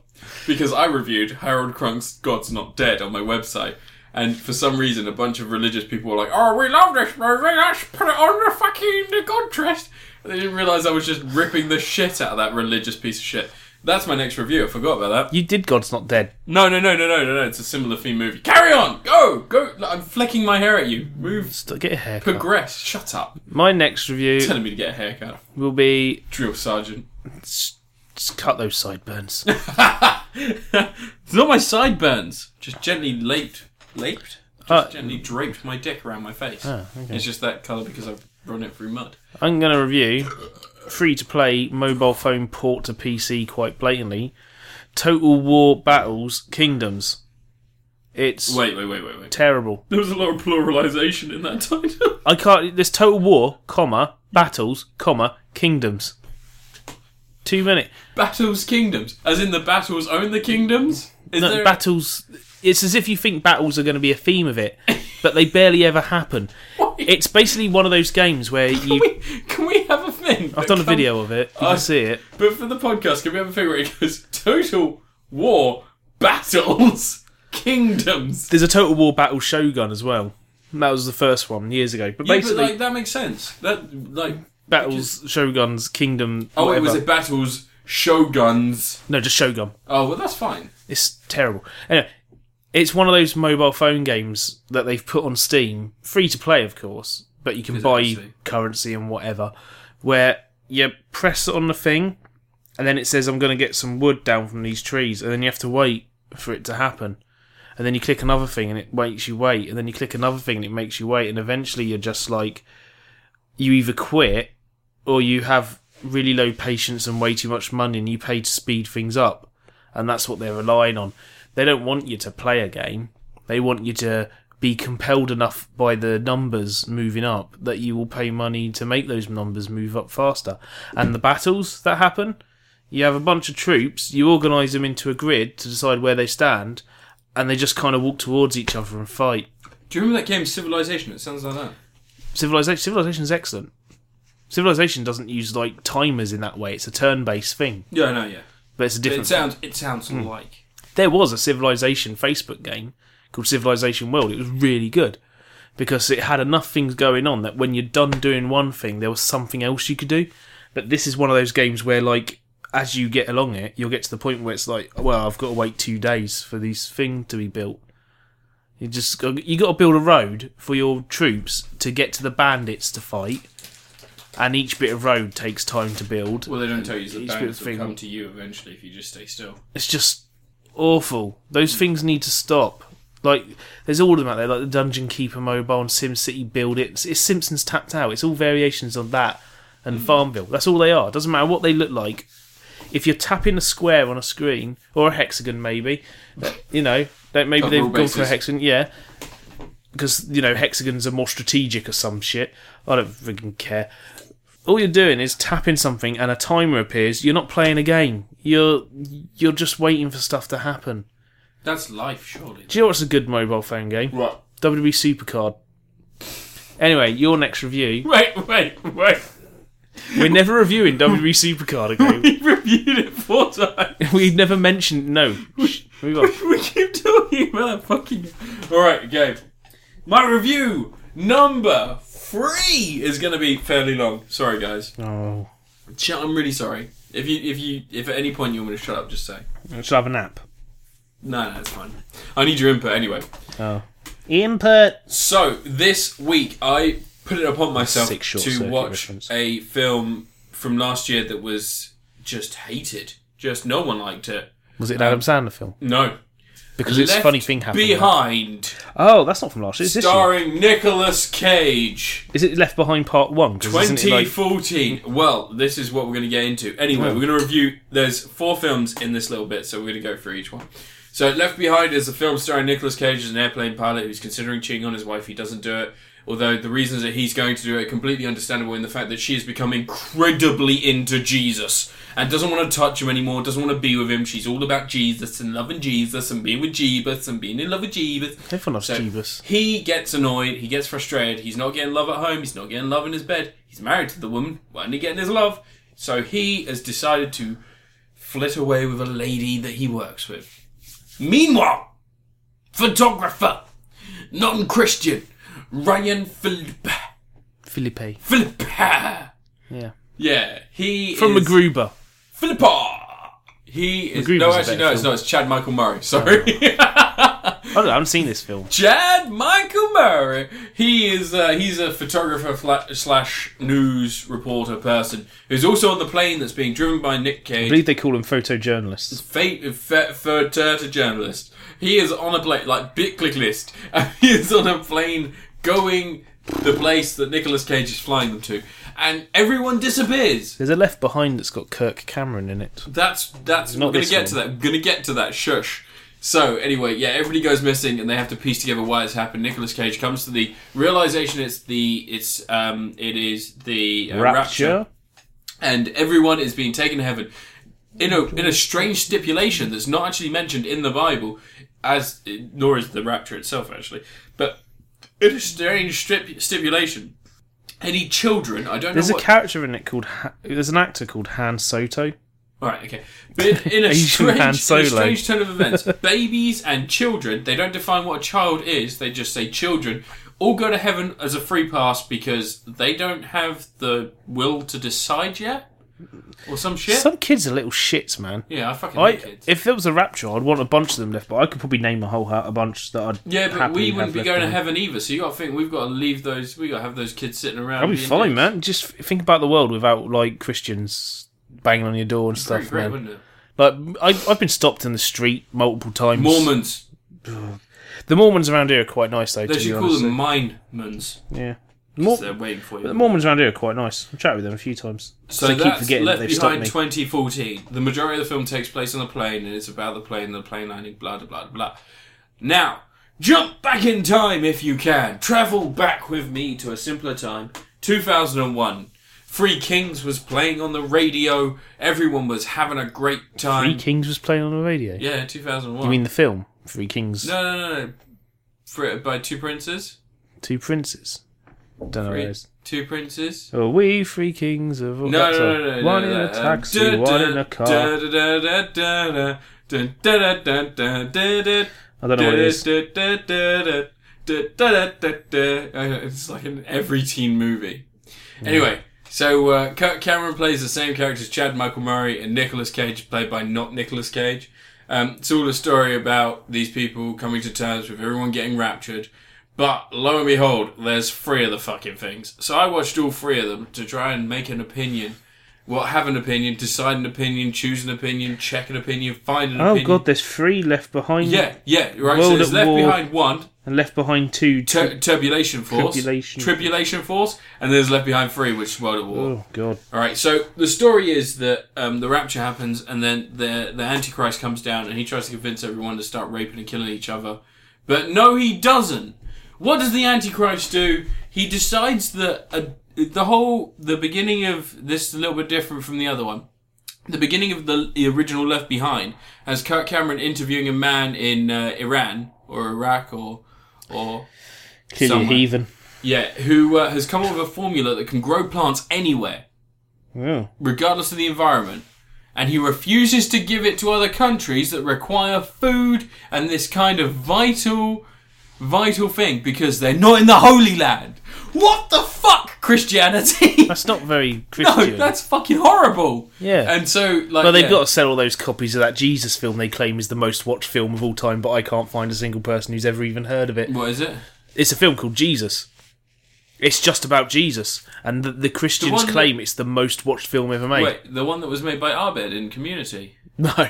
S1: because I reviewed Harold Crunk's God's Not Dead on my website, and for some reason a bunch of religious people were like, "Oh, we love this movie, let's put it on the fucking the God Trust." And they didn't realize I was just ripping the shit out of that religious piece of shit. That's my next review. I forgot about that.
S2: You did God's Not Dead.
S1: No, no, no, no, no, no, no. It's a similar theme movie. Carry on. Go, go. Look, I'm flecking my hair at you. Move.
S2: Still get a haircut.
S1: Progress. Shut up.
S2: My next review
S1: Telling me to get a haircut.
S2: will be
S1: Drill sergeant.
S2: s- just cut those sideburns.
S1: it's not my sideburns. Just gently laped, laped. Just
S2: Uh, Ah,
S1: gently draped my dick around my face. It's just that colour because I've run it through mud.
S2: I'm going to review free to play mobile phone port to PC quite blatantly. Total War Battles Kingdoms. It's
S1: Wait, wait, wait, wait, wait.
S2: terrible.
S1: There was a lot of pluralisation in that title.
S2: I can't. There's Total War, comma battles, comma kingdoms. Two minute.
S1: battles kingdoms, as in the battles own the kingdoms. Is
S2: No,
S1: there
S2: battles. It's as if you think battles are going to be a theme of it, but they barely ever happen. It's basically one of those games where you.
S1: Can we have a thing?
S2: I've done a video of it. You
S1: I-
S2: can see it.
S1: but for the podcast, can we have a thing where it goes total war battles kingdoms?
S2: There's a Total War Battle Shogun as well. That was the first one years ago. But
S1: Yeah, but
S2: basically,
S1: like that makes sense. That like
S2: battles, shoguns, kingdom.
S1: oh, it
S2: whatever.
S1: was it battles shoguns.
S2: no, just shogun.
S1: Oh well, that's fine.
S2: It's terrible. Anyway, it's one of those mobile phone games that they've put on Steam, free to play, of course, but you can buy
S1: obviously.
S2: currency and whatever. Where you press on the thing, and then it says, "I'm going to get some wood down from these trees," and then you have to wait for it to happen. And then you click another thing, and it makes you wait. And then you click another thing, and it makes you wait. And eventually, you're just like, you either quit or you have really low patience and way too much money, and you pay to speed things up and that's what they're relying on. They don't want you to play a game. They want you to be compelled enough by the numbers moving up that you will pay money to make those numbers move up faster. And the battles that happen, you have a bunch of troops, you organise them into a grid to decide where they stand, and they just kind of walk towards each other and fight.
S1: Do you remember that game Civilization? It sounds like that.
S2: Civilization Civilization's excellent. Civilization doesn't use like timers in that way. It's a turn-based thing,
S1: Yeah, I know. Yeah,
S2: but it's a
S1: it
S2: different.
S1: sounds it sounds like.
S2: there was a Civilization Facebook game called Civilization World. It was really good because it had enough things going on that when you're done doing one thing, there was something else you could do. But this is one of those games where, like, as you get along it, you'll get to the point where it's like, well, I've got to wait two days for these thing to be built. You just you got to build a road for your troops to get to the bandits to fight, and each bit of road takes time to build.
S1: Well, they don't tell you the
S2: Each bit
S1: banks
S2: of
S1: will
S2: thing-
S1: come to you eventually if you just stay still.
S2: it's just awful. Those things need to stop. Like, there's all of them out there, like the Dungeon Keeper mobile and SimCity Build It. It's, it's Simpsons Tapped Out. It's all variations on that and Farmville. That's all they are. Doesn't matter what they look like. If you're tapping a square on a screen or a hexagon, maybe you know, that maybe
S1: On
S2: they've
S1: rule
S2: gone for a
S1: basis.
S2: hexagon. Yeah, because you know hexagons are more strategic or some shit. I don't freaking care. All you're doing is tapping something and a timer appears. You're not playing a game. You're you're just waiting for stuff to happen.
S1: That's life, surely.
S2: Do you know what's a good mobile phone game?
S1: What?
S2: WWE Supercard. Anyway, your next review.
S1: Wait, wait, wait.
S2: We're never reviewing WWE Supercard again.
S1: We reviewed it four times.
S2: We've never mentioned no. Shh, Move on.
S1: we keep talking about that fucking. Alright, game. My review number three is going to be fairly long. Sorry, guys.
S2: Oh,
S1: Ch- I'm really sorry. If you, if you, if at any point you want me to shut up, just say.
S2: should I have a nap?
S1: No, no, it's fine. I need your input anyway.
S2: Oh, input.
S1: So this week I put it upon myself
S2: Six short
S1: to
S2: circuit
S1: watch
S2: reference.
S1: a film from last year that was just hated. Just no one liked it.
S2: Was it an Adam Sandler film?
S1: No.
S2: Because it's a
S1: Left
S2: funny thing happened.
S1: Behind,
S2: Oh, that's not from last year. Is, this year.
S1: starring Nicolas Cage,
S2: is it Left Behind Part One? 'Cause isn't it like-
S1: 2014. Well, this is what we're going to get into. Anyway, we're going to review. There's four films in this little bit, so we're going to go through each one. So, Left Behind is a film starring Nicolas Cage as an airplane pilot who's considering cheating on his wife. He doesn't do it. Although the reasons that he's going to do it are completely understandable in the fact that she has become incredibly into Jesus and doesn't want to touch him anymore, doesn't want to be with him. She's all about Jesus and loving Jesus and being with Jeebus and being in love with Jeebus.
S2: Everyone loves Jeebus.
S1: He gets annoyed, he gets frustrated, he's not getting love at home, he's not getting love in his bed, he's married to the woman, why isn't he getting his love? So he has decided to flit away with a lady that he works with. Meanwhile, photographer, non Christian, Ryan Philippe.
S2: Philippe.
S1: Philippe.
S2: Yeah.
S1: Yeah, he
S2: From
S1: is.
S2: MacGruber.
S1: Philippa! He is.
S2: MacGruber's
S1: no,
S2: a
S1: actually,
S2: better
S1: no, it's
S2: film. Oh.
S1: not. It's Chad Michael Murray. Sorry.
S2: I don't know, I haven't seen this film.
S1: Chad Michael Murray. He is uh, he's a photographer fla- slash news reporter person who's also on the plane that's being driven by Nick Cage.
S2: I believe they call them photojournalists.
S1: Fate fe- Furter to journalist. He is on a plane, like Bicklick list. he is on a plane going the place that Nicolas Cage is flying them to, and everyone disappears.
S2: There's a Left Behind that's got Kirk Cameron in it.
S1: That's that's.
S2: Not
S1: we're gonna
S2: this
S1: get
S2: one.
S1: to that. We're gonna get to that. Shush. So anyway, yeah, everybody goes missing, and they have to piece together why it's happened. Nicolas Cage comes to the realization it's the it's um it is the uh,
S2: Rapture.
S1: and everyone is being taken to heaven in a in a strange stipulation that's not actually mentioned in the Bible, as nor is the rapture itself actually, but in a strange strip, stipulation. Any children? I don't
S2: There's
S1: know
S2: a
S1: what.
S2: character in it called. Ha- There's an actor called Han Soto.
S1: All right, okay. But in, in a,
S2: Asian
S1: strange,
S2: Han
S1: in a
S2: Solo.
S1: strange turn of events, babies and children, they don't define what a child is, they just say children, all go to heaven as a free pass because they don't have the will to decide yet? Or some shit?
S2: Some kids are little shits, man.
S1: yeah, I fucking hate
S2: I,
S1: kids.
S2: if there was a rapture, I'd want a bunch of them left, but I could probably name a whole ha- a bunch that I'd
S1: Yeah, but
S2: happily
S1: we
S2: have
S1: wouldn't be
S2: left
S1: going to
S2: behind.
S1: heaven either. So you got to think we've got to leave those. We got to have those kids sitting around.
S2: That'd be
S1: being
S2: fine,
S1: dicks.
S2: man. Just f- think about the world without like Christians banging on your door and
S1: Pretty
S2: stuff,
S1: great,
S2: man.
S1: wouldn't it?
S2: Like I, I've been stopped in the street multiple times.
S1: Mormons.
S2: The Mormons around here are quite nice, though.
S1: They
S2: to be
S1: should call
S2: honest, eh?
S1: them minemans.
S2: yeah. Mor-
S1: They're waiting for
S2: the
S1: you.
S2: Mormons around here are quite nice. I've chatted with them a few times.
S1: So
S2: they keep
S1: that's
S2: forgetting that
S1: Left
S2: they've stopped
S1: Behind
S2: me.
S1: 2014. The majority of the film takes place on the plane, and it's about the plane, the plane landing, blah blah blah blah. Now, jump back in time if you can. Travel back with me to a simpler time. 2001. Three Kings was playing on the radio. Everyone was having a great
S2: Three
S1: time.
S2: Kings was playing on the radio.
S1: Yeah, 2001.
S2: You mean the film Three Kings,
S1: No, no, no, no. For, by Two Princes?
S2: Two Princes? Don't know what it
S1: Three,
S2: is.
S1: two Princes?
S2: Are we three kings of all
S1: No,
S2: that's
S1: no,
S2: all.
S1: no, no, no.
S2: One
S1: no,
S2: in
S1: no,
S2: a
S1: um,
S2: taxi,
S1: da,
S2: one
S1: da,
S2: in a car.
S1: da, da, da, da, da, da, da, da, da, da, da,
S2: I don't know what it is.
S1: da, da, da, da, da, da, da, da, da. Uh, It's like in every teen movie. Anyway, so uh, Kirk Cameron plays the same characters Chad Michael Murray and Nicolas Cage, is played by not Nicolas Cage. Um, it's all a story about these people coming to terms with everyone getting raptured. But lo and behold, there's three of the fucking things. So I watched all three of them to try and make an opinion. Well, have an opinion, decide an opinion, choose an opinion, check an opinion, find an
S2: Oh
S1: opinion.
S2: god, there's three left behind.
S1: Yeah, yeah, right. so
S2: World
S1: there's
S2: at
S1: Left
S2: War.
S1: Behind 1,
S2: And left behind two. two-
S1: Tur- Turbulation Force,
S2: Tribulation.
S1: Tribulation Force, and there's Left Behind 3, which is World at War.
S2: oh god.
S1: All right. So the story is that um, the rapture happens, and then the the Antichrist comes down, and he tries to convince everyone to start raping and killing each other. But no, he doesn't. What does the Antichrist do? He decides that uh, the whole the beginning of this is a little bit different from the other one. The beginning of the, the original Left Behind has Kirk Cameron interviewing a man in uh, Iran or Iraq or or
S2: Clearly a
S1: Somewhere.
S2: heathen.
S1: yeah, who uh, has come up with a formula that can grow plants anywhere
S2: Oh.
S1: regardless of the environment. And he refuses to give it to other countries that require food and this kind of vital, vital thing because they're not in the Holy Land. What the fuck, Christianity?
S2: That's not very
S1: no,
S2: Christian.
S1: that's fucking horrible.
S2: Yeah.
S1: And so, like,
S2: Well, they've
S1: yeah.
S2: got to sell all those copies of that Jesus film they claim is the most watched film of all time, but I can't find a single person who's ever even heard of it.
S1: What is it?
S2: It's a film called Jesus. It's just about Jesus, and the, the Christians
S1: one that-
S2: claim it's the most watched film ever made.
S1: Wait, the one that was made by Abed in Community.
S2: No.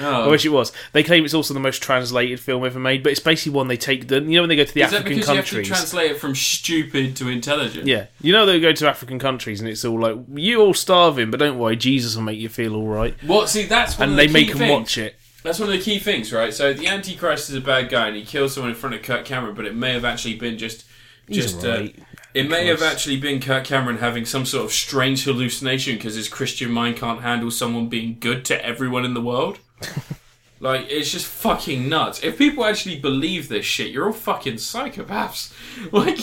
S1: Oh.
S2: I wish it was. They claim it's also the most translated film ever made, but it's basically one they take. The, you know when they go to the
S1: Is that
S2: African
S1: because you have
S2: countries.
S1: to translate it from stupid to intelligent?
S2: yeah, you know they go to African countries and it's all like you all starving, but don't worry, Jesus will make you feel all right.
S1: Well, see, that's one
S2: And
S1: of
S2: they
S1: the
S2: make
S1: key
S2: them
S1: things.
S2: watch it.
S1: That's one of the key things, right? So the Antichrist is a bad guy and he kills someone in front of Kirk Cameron, but it may have actually been just
S2: He's
S1: Just,
S2: alright.
S1: uh, It may have actually been Kirk Cameron having some sort of strange hallucination because his Christian mind can't handle someone being good to everyone in the world. like, it's just fucking nuts. If people actually believe this shit, you're all fucking psychopaths. Like,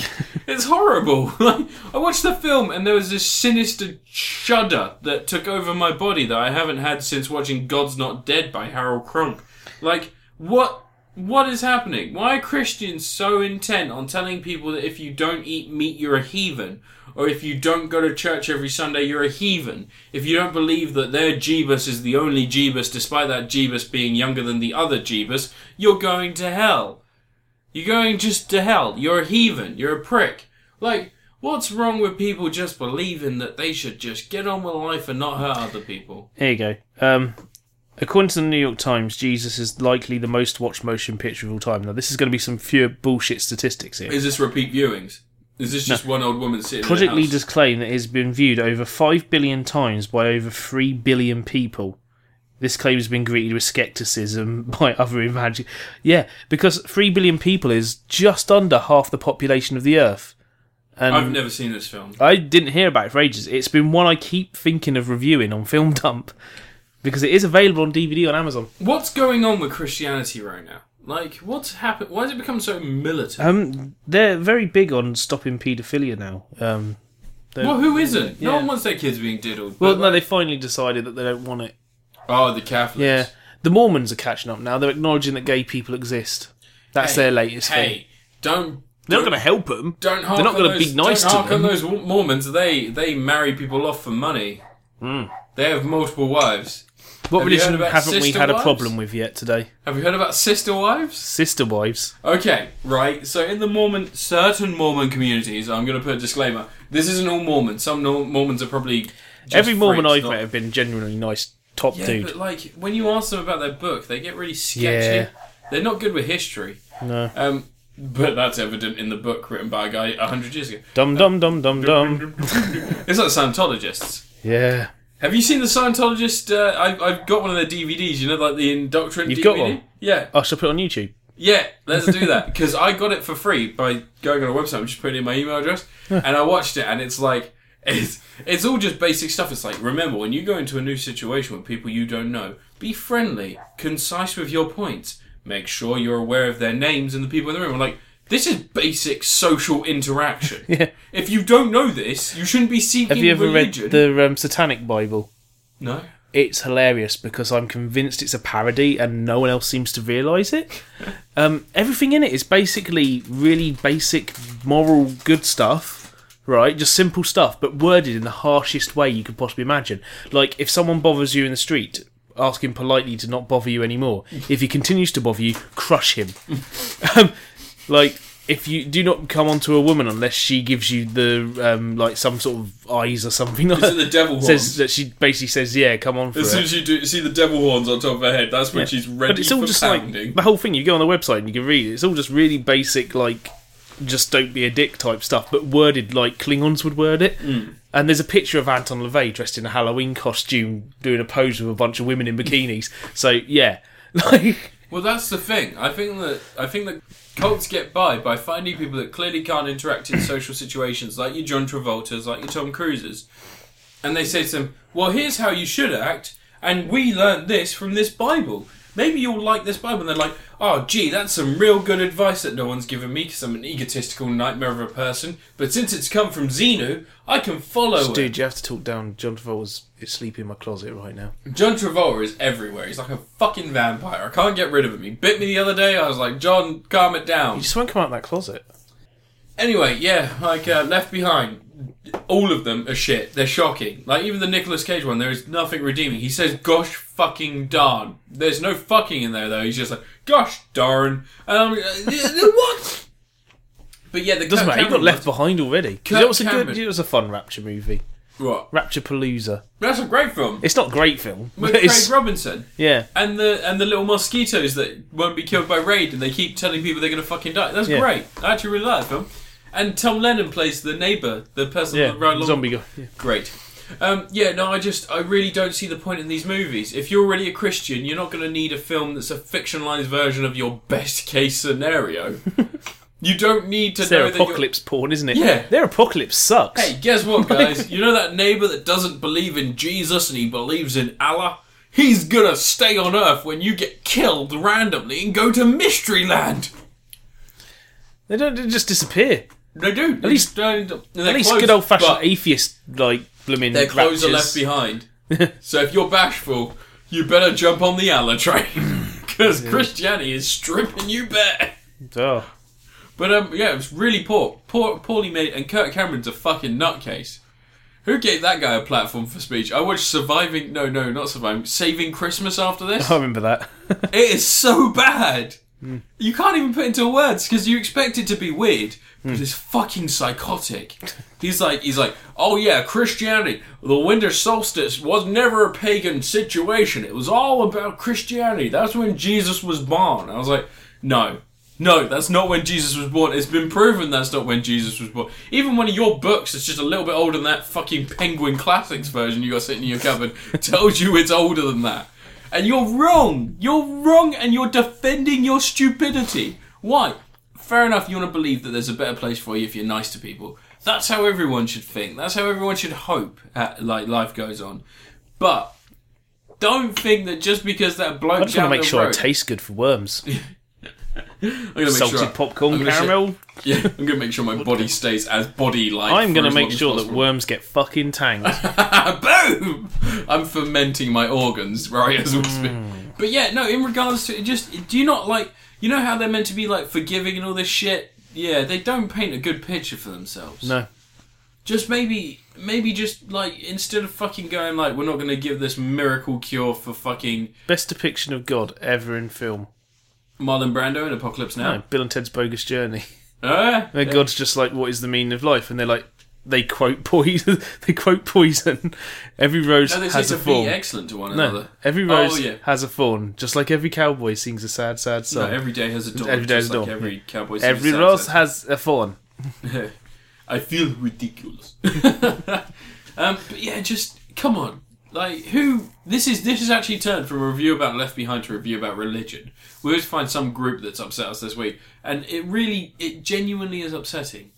S1: it's horrible. Like, I watched the film and there was this sinister shudder that took over my body that I haven't had since watching God's Not Dead by Harold Kronk. Like, what what is happening? Why are Christians so intent on telling people that if you don't eat meat, you're a heathen? Or if you don't go to church every Sunday, you're a heathen? If you don't believe that their Jebus is the only Jebus, despite that Jebus being younger than the other Jebus, you're going to hell. You're going just to hell. You're a heathen. You're a prick. Like, what's wrong with people just believing that they should just get on with life and not hurt other people?
S2: Here you go. Um, according to the New York Times, Jesus is likely the most watched motion picture of all time. Now, this is going to be some few bullshit statistics here.
S1: Is this repeat viewings? Is this just one old woman sitting in
S2: Project
S1: the house?
S2: leaders claim that it has been viewed over 5 billion times by over 3 billion people. This claim has been greeted with scepticism by other evangelists. Yeah, because 3 billion people is just under half the population of the Earth. And
S1: I've never seen this film.
S2: I didn't hear about it for ages. It's been one I keep thinking of reviewing on Film Dump because it is available on DVD on Amazon.
S1: What's going on with Christianity right now? Like, what's happened? Why has it become so militant?
S2: Um, they're very big on stopping paedophilia now. Um,
S1: well, who isn't? No
S2: yeah.
S1: one wants their kids being diddled.
S2: well,
S1: but
S2: no,
S1: like-
S2: they finally decided that they don't want it.
S1: oh, the Catholics.
S2: Yeah, the Mormons are catching up now. They're acknowledging that gay people exist. That's
S1: Hey,
S2: their latest thing.
S1: Hey, don't.
S2: They're
S1: don't-
S2: not going to help them.
S1: Don't hark
S2: They're not
S1: on
S2: going to
S1: those-
S2: be nice
S1: don't
S2: to
S1: hark on
S2: them.
S1: those Mormons. They they marry people off for money.
S2: Hmm.
S1: They have multiple wives.
S2: What
S1: Have you heard
S2: religion
S1: about
S2: haven't we
S1: sister
S2: had a
S1: wives?
S2: problem with yet today?
S1: Have you heard about sister wives?
S2: Sister wives.
S1: Okay, right. So in the Mormon, certain Mormon communities, I'm going to put a disclaimer. This isn't all Mormon. Some Nor- Mormons are probably just
S2: Every Mormon
S1: freaks,
S2: I've
S1: not-
S2: met have been genuinely nice, top
S1: Yeah,
S2: dude.
S1: but like when you ask them about their book, they get really sketchy.
S2: Yeah.
S1: They're not good with history.
S2: No.
S1: Um, but that's evident in the book written by a guy a hundred years ago.
S2: Dum dum dum dum dum.
S1: It's like Scientologists.
S2: Yeah.
S1: Have you seen the Scientologist? Uh, I've, I've got one of their DVDs. You know, like the indoctrined
S2: You've
S1: DVD.
S2: got one?
S1: Yeah,
S2: Oh, I shall put it on YouTube.
S1: yeah. Let's do that because I got it for free by going on a website and just putting in my email address, and I watched it, and it's like. It's, it's all just basic stuff. It's like, remember, when you go into a new situation with people you don't know, be friendly, concise with your points, make sure you're aware of their names and the people in the room. I'm like, this is basic social interaction.
S2: Yeah.
S1: If you don't know this, you shouldn't be seeking
S2: Have you ever
S1: religion.
S2: read the um, Satanic Bible?
S1: no.
S2: it's hilarious because I'm convinced it's a parody and no one else seems to realise it. Um, everything in it is basically really basic moral good stuff, right? Just simple stuff, but worded in the harshest way you could possibly imagine. Like if someone bothers you in the street, ask him politely to not bother you anymore. If he continues to bother you, crush him. um, like if you do not come onto a woman unless she gives you the um, like some sort of eyes or something like
S1: Is it the devil horns?
S2: says that she basically says, "Yeah, come on for
S1: as soon
S2: it."
S1: as you do, see the devil horns on top of her head, that's when she's ready
S2: But it's all
S1: for
S2: just
S1: pounding.
S2: like the whole thing. You go on the website and you can read it. It's all just really basic, like just don't be a dick type stuff, but worded like Klingons would word it.
S1: Hmm.
S2: And there's a picture of Anton LaVey dressed in a Halloween costume doing a pose with a bunch of women in bikinis. So yeah, like
S1: well, that's the thing. I think that I think that cults get by by finding people that clearly can't interact in social situations, like your John Travoltas, like your Tom Cruises, and they say to them, "Well, here's how you should act, and we learned this from this Bible." Maybe you'll like this Bible, and they're like, "Oh, gee, that's some real good advice that no one's given me because I'm an egotistical nightmare of a person." But since it's come from Xenu, I can follow it.
S2: dude, you have to talk down. John Travolta's asleep in my closet right now.
S1: John Travolta is everywhere. He's like a fucking vampire. I can't get rid of him. He bit me the other day. I was like, John, calm it down.
S2: You just won't come out of that closet.
S1: Anyway, yeah, like uh, Left Behind. All of them are shit. They're shocking. Like even the Nicolas Cage one, there is nothing redeeming. He says, "Gosh fucking darn." There's no fucking in there though. He's just like, "Gosh darn." Um, what? But yeah, the
S2: Doesn't
S1: Kirk
S2: matter. He got
S1: Cameron
S2: left behind already.
S1: Kirk
S2: It was a good.
S1: Cameron.
S2: It was a fun Rapture movie.
S1: one- What?
S2: Rapture Palooza.
S1: That's a great film.
S2: It's not a great film.
S1: With
S2: but
S1: Craig
S2: it's,
S1: Robinson.
S2: yeah.
S1: and the and the little mosquitoes that won't be killed by raid, and they keep telling people they're going to fucking die. That's
S2: Yeah.
S1: great. I actually really like that film. And Tom Lennon plays the neighbor, the person
S2: Yeah,
S1: that right along.
S2: zombie guy. Yeah.
S1: Great. Um, yeah, no, I just I really don't see the point in these movies. If you're already a Christian, you're not going to need a film that's a fictionalized version of your best case scenario. You don't need to
S2: They're
S1: know that you're-
S2: apocalypse porn, isn't it?
S1: Yeah.
S2: Their apocalypse sucks.
S1: Hey, guess what, guys? you know that neighbor that doesn't believe in Jesus and he believes in Allah? He's gonna stay on Earth when you get killed randomly and go to Mystery Land.
S2: They don't they just disappear.
S1: They do. At
S2: least- At least good old fashioned atheist like blooming
S1: Their clothes are left
S2: raptures.
S1: behind. so if you're bashful, you better jump on the Allah train because Christianity is stripping you bare.
S2: Oh.
S1: But um, yeah, it was really poor, poor, poorly made, and Kurt Cameron's a fucking nutcase. Who gave that guy a platform for speech? I watched Surviving. No, no, not Surviving. Saving Christmas after this.
S2: I remember that.
S1: It is so bad. You can't even put into words because you expect it to be weird, but it's fucking psychotic. He's like, he's like, oh yeah, Christianity. The winter solstice was never a pagan situation. It was all about Christianity. That's when Jesus was born. I was like, no, no, that's not when Jesus was born. It's been proven that's not when Jesus was born. Even one of your books that's just a little bit older than that fucking Penguin Classics version you got sitting in your cupboard tells you it's older than that. And you're wrong. You're wrong and you're defending your stupidity. Why? Fair enough, you want to believe that there's a better place for you if you're nice to people. That's how everyone should think. That's how everyone should hope uh, like life goes on. But don't think that just because that bloke
S2: I just want
S1: down
S2: to make
S1: the
S2: sure I
S1: road-
S2: taste good for worms.
S1: I'm gonna make sure
S2: Salted
S1: I- I'm
S2: popcorn
S1: gonna say-
S2: caramel.
S1: yeah, I'm gonna make sure my body stays as body like.
S2: I'm going to make sure that worms get fucking tanked.
S1: Boom! I'm fermenting my organs right as we speak.
S2: Mm.
S1: But yeah, no. In regards to it, just do you not like? You know how they're meant to be like forgiving and all this shit. Yeah, they don't paint a good picture for themselves.
S2: no.
S1: Just maybe, maybe just like instead of fucking going like we're not gonna give this miracle cure for fucking
S2: Best depiction of God ever in film.
S1: Marlon Brando in Apocalypse Now.
S2: No, Bill and Ted's Bogus Journey.
S1: Ah,
S2: Where God's just like, what is the meaning of life? And they're like, they quote poison. they quote poison. Every rose
S1: no, they say
S2: has
S1: to
S2: a
S1: be
S2: thorn.
S1: excellent to one
S2: No,
S1: another.
S2: every rose
S1: Oh, yeah.
S2: has a thorn. Just like every cowboy sings a sad, sad
S1: No,
S2: song.
S1: every day has a dawn.
S2: Every day
S1: just
S2: has a
S1: like
S2: dawn,
S1: Every
S2: yeah.
S1: cowboy. sings
S2: every
S1: a sad
S2: rose
S1: song.
S2: has a thorn.
S1: I feel ridiculous. um, but yeah, just come on. Like who? This is this has actually turned from a review about Left Behind to a review about religion. We always find some group that's upset us this week, and it really, it genuinely is upsetting.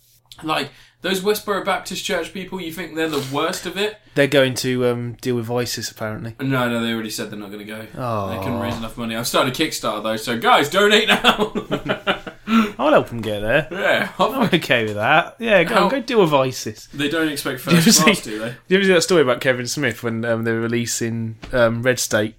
S1: Like those Westboro Baptist Church people, you think they're the worst of it?
S2: They're going to um, deal with ISIS, apparently.
S1: No, no, they already said they're not going to go.
S2: Aw.
S1: They couldn't raise enough money. I've started a Kickstarter though, so guys, donate now.
S2: I'll help them get there.
S1: yeah,
S2: I'm okay with that. Yeah, go,
S1: How-
S2: on, go deal with ISIS.
S1: they don't expect
S2: you
S1: first
S2: ever
S1: class,
S2: see-
S1: do they?
S2: Did you ever see that story about Kevin Smith when um, they were releasing um, Red State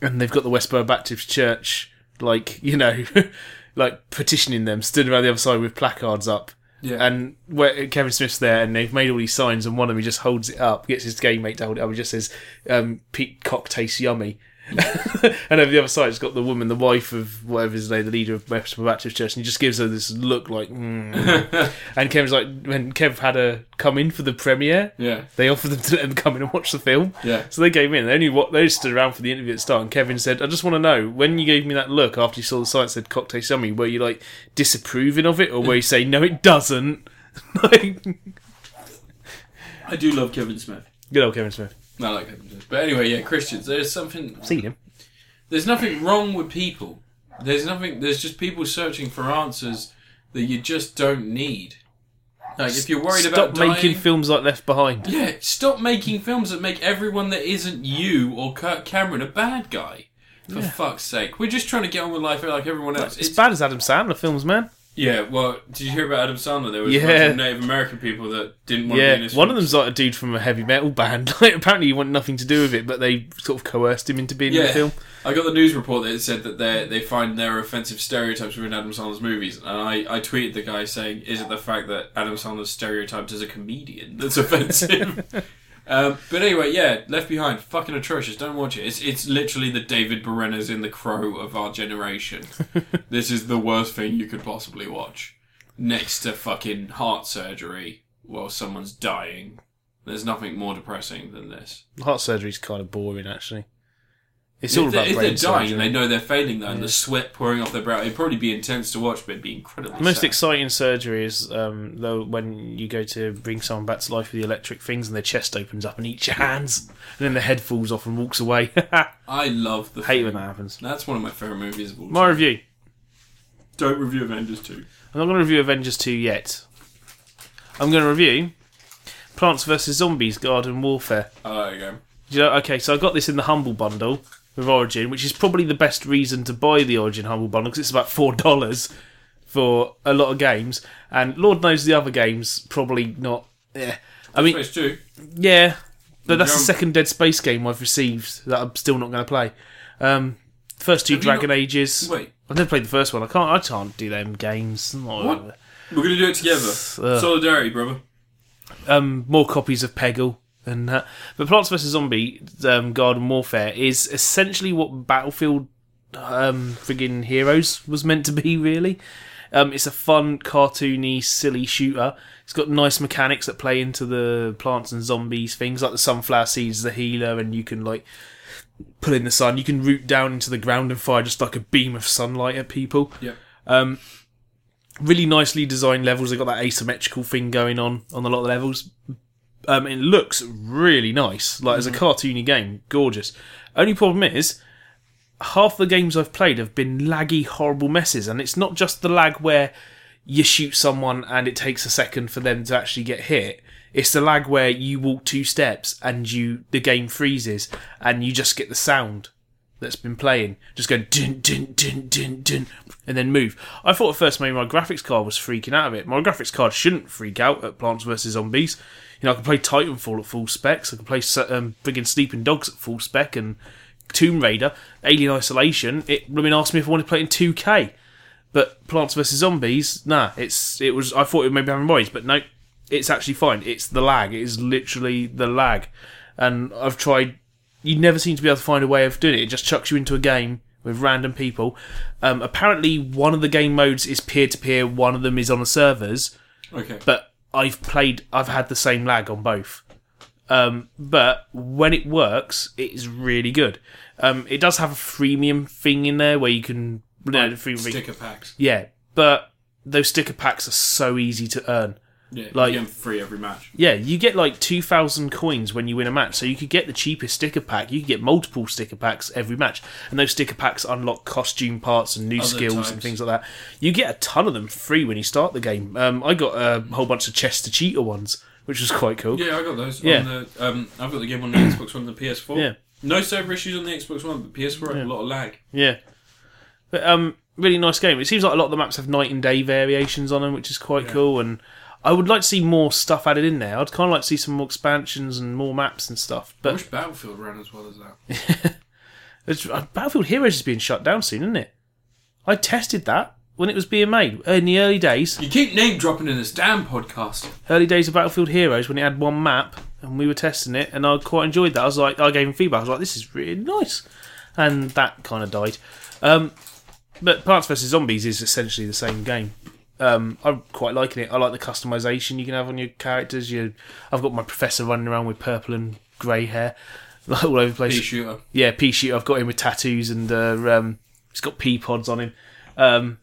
S2: and they've got the Westboro Baptist Church, like, you know, like petitioning them, stood around the other side with placards up.
S1: Yeah.
S2: And where Kevin Smith's there, and they've made all these signs, and one of them he just holds it up, gets his game mate to hold it up, and just says, um, "Peacock tastes yummy." and over the other side, it's got the woman, the wife of whatever his name, the leader of Westboro Baptist Church, and he just gives her this look like. Mm. and Kevin's like, when Kev had her come in for the premiere,
S1: Yeah.
S2: they offered them to let them come in and watch the film.
S1: Yeah.
S2: So they came in. They only wa- they stood around for the interview at the start. And Kevin said, "I just want to know when you gave me that look after you saw the site said cocktail yummy. Were you like disapproving of it, or were you saying no, it doesn't?" like,
S1: I do love Kevin Smith.
S2: good old Kevin Smith.
S1: No, I like Kevin Smith. But anyway, yeah, Christians. There's something.
S2: Seen him.
S1: There's nothing wrong with people. There's nothing. There's just people searching for answers that you just don't need. Like if you're worried
S2: Stop
S1: about dying,
S2: making films like Left Behind.
S1: yeah, stop making films that make everyone that isn't you or Kirk Cameron a bad guy. For fuck's sake, we're just trying to get on with life like everyone else.
S2: It's
S1: It's-
S2: bad as Adam Sandler films, man.
S1: yeah, well, did you hear about Adam Sandler? There was a
S2: Yeah.
S1: bunch of Native American people that didn't want to be in
S2: Yeah,
S1: his
S2: one of
S1: film.
S2: them's like a dude from a heavy metal band. Like, apparently, he wanted nothing to do with it, but they sort of coerced him into being in the film.
S1: I got the news report that it said that they they find there are offensive stereotypes within Adam Sandler's movies, and I, I tweeted the guy saying, "Is it the fact that Adam Sandler's stereotyped as a comedian that's offensive?" um, but anyway, yeah, Left Behind, fucking atrocious. Don't watch it. It's it's literally the David Borena's in the Crow of our generation. this is the worst thing you could possibly watch, next to fucking heart surgery while someone's dying. There's nothing more depressing than this.
S2: Heart surgery's kind of boring, actually. It's
S1: If
S2: all
S1: they're-
S2: about
S1: if
S2: brain
S1: they're dying
S2: surgery.
S1: and they know they're failing though, and the sweat pouring off their brow, it'd probably be intense to watch, but it'd be incredibly.
S2: The most
S1: sad.
S2: exciting surgery is um, though when you go to bring someone back to life with the electric things and their chest opens up and eats your hands and then the head falls off and walks away. Hate
S1: I love the.
S2: when
S1: thing.
S2: that happens.
S1: That's one of my favorite movies of all time.
S2: My review.
S1: Don't review Avengers 2.
S2: I'm not going to review Avengers 2 yet. I'm going to review Plants vs. Zombies Garden Warfare.
S1: Oh, there you go.
S2: Do you know, okay, so I got this in the Humble Bundle with Origin, which is probably the best reason to buy the Origin Humble Bundle because it's about $4 for a lot of games. And Lord knows the other games, probably not. Yeah. I mean,
S1: Phase 2.
S2: yeah, but that's the
S1: Yeah.
S2: second Dead Space game I've received that I'm still not going to play. Um, first two
S1: you not-
S2: Dragon Ages.
S1: Wait,
S2: I've never played the first one. I can't. I can't do them games. Not-
S1: What? we're going to do it together.
S2: Ugh.
S1: Solidarity, brother.
S2: um, more copies of Peggle and that. But Plants vs Zombie um, Garden Warfare is essentially what Battlefield um, friggin' Heroes was meant to be. Really, um, it's a fun, cartoony, silly shooter. It's got nice mechanics that play into the plants and zombies things, like the sunflower seeds, the healer, and you can like pull in the sun. You can root down into the ground and fire just like a beam of sunlight at people
S1: Yep.
S2: really nicely designed levels. They've got that asymmetrical thing going on on a lot of the levels. Um, it looks really nice. Like, as a cartoony game, gorgeous. Only problem is, half the games I've played have been laggy, horrible messes. And it's not just the lag where you shoot someone and it takes a second for them to actually get hit. It's the lag where you walk two steps and you the game freezes and you just get the sound that's been playing, just going dun dun dun dun dun, and then move. I thought at first maybe my graphics card was freaking out of it. My graphics card shouldn't freak out at Plants vs Zombies. You know, I can play Titanfall at full specs. I can play um, friggin' Sleeping Dogs at full spec and Tomb Raider, Alien Isolation. It I mean, asked me if I wanted to play it in 2K, but Plants vs Zombies, nah. It's it was I thought it maybe having noise, but no, it's actually fine. It's the lag. It is literally the lag, and I've tried you never seem to be able to find a way of doing it. It just chucks you into a game with random people. Um, apparently, one of the game modes is peer to peer. One of them is on the servers.
S1: Okay.
S2: But I've played. I've had the same lag on both. Um, but when it works, it is really good. Um, it does have a freemium thing in there where you can. No, the freemium thing.
S1: Sticker packs.
S2: Yeah, but those sticker packs are so easy to earn.
S1: Yeah,
S2: Like-
S1: like, you get 'em free every match.
S2: Yeah, you get like 2,000 coins when you win a match, so you could get the cheapest sticker pack. You could get multiple sticker packs every match, and those sticker packs unlock costume parts and new skills and
S1: types.
S2: things like that. You get a ton of them free when you start the game. Um, I got a whole bunch of Chester Cheetah ones, which was quite cool.
S1: Yeah, I got those.
S2: Yeah.
S1: On the, um, I've got the game on the Xbox One and the PS4.
S2: Yeah.
S1: No server issues on the Xbox One, but PS4 had a lot of lag.
S2: Yeah. But um really nice game. It seems like a lot of the maps have night and day variations on them, which is quite cool and I would like to see more stuff added in there. I'd kind of like to see some more expansions and more maps and stuff.
S1: I
S2: But
S1: wish Battlefield ran as well as that.
S2: it's, uh, Battlefield Heroes is being shut down soon, isn't it? I tested that when it was being made in the early days,
S1: You keep name dropping in this damn podcast.
S2: early days of Battlefield Heroes when it had one map and we were testing it, and I quite enjoyed that. I was like, I gave him feedback. I was like, this is really nice, and that kind of died. Um, but Plants vs Zombies is essentially the same game. Um, I'm quite liking it. I like the customization you can have on your characters. You, I've got my professor running around with purple and grey hair, like all over the place.
S1: Pea shooter.
S2: Yeah, pea shooter. I've got him with tattoos and uh, um, he's got pea pods on him. Um,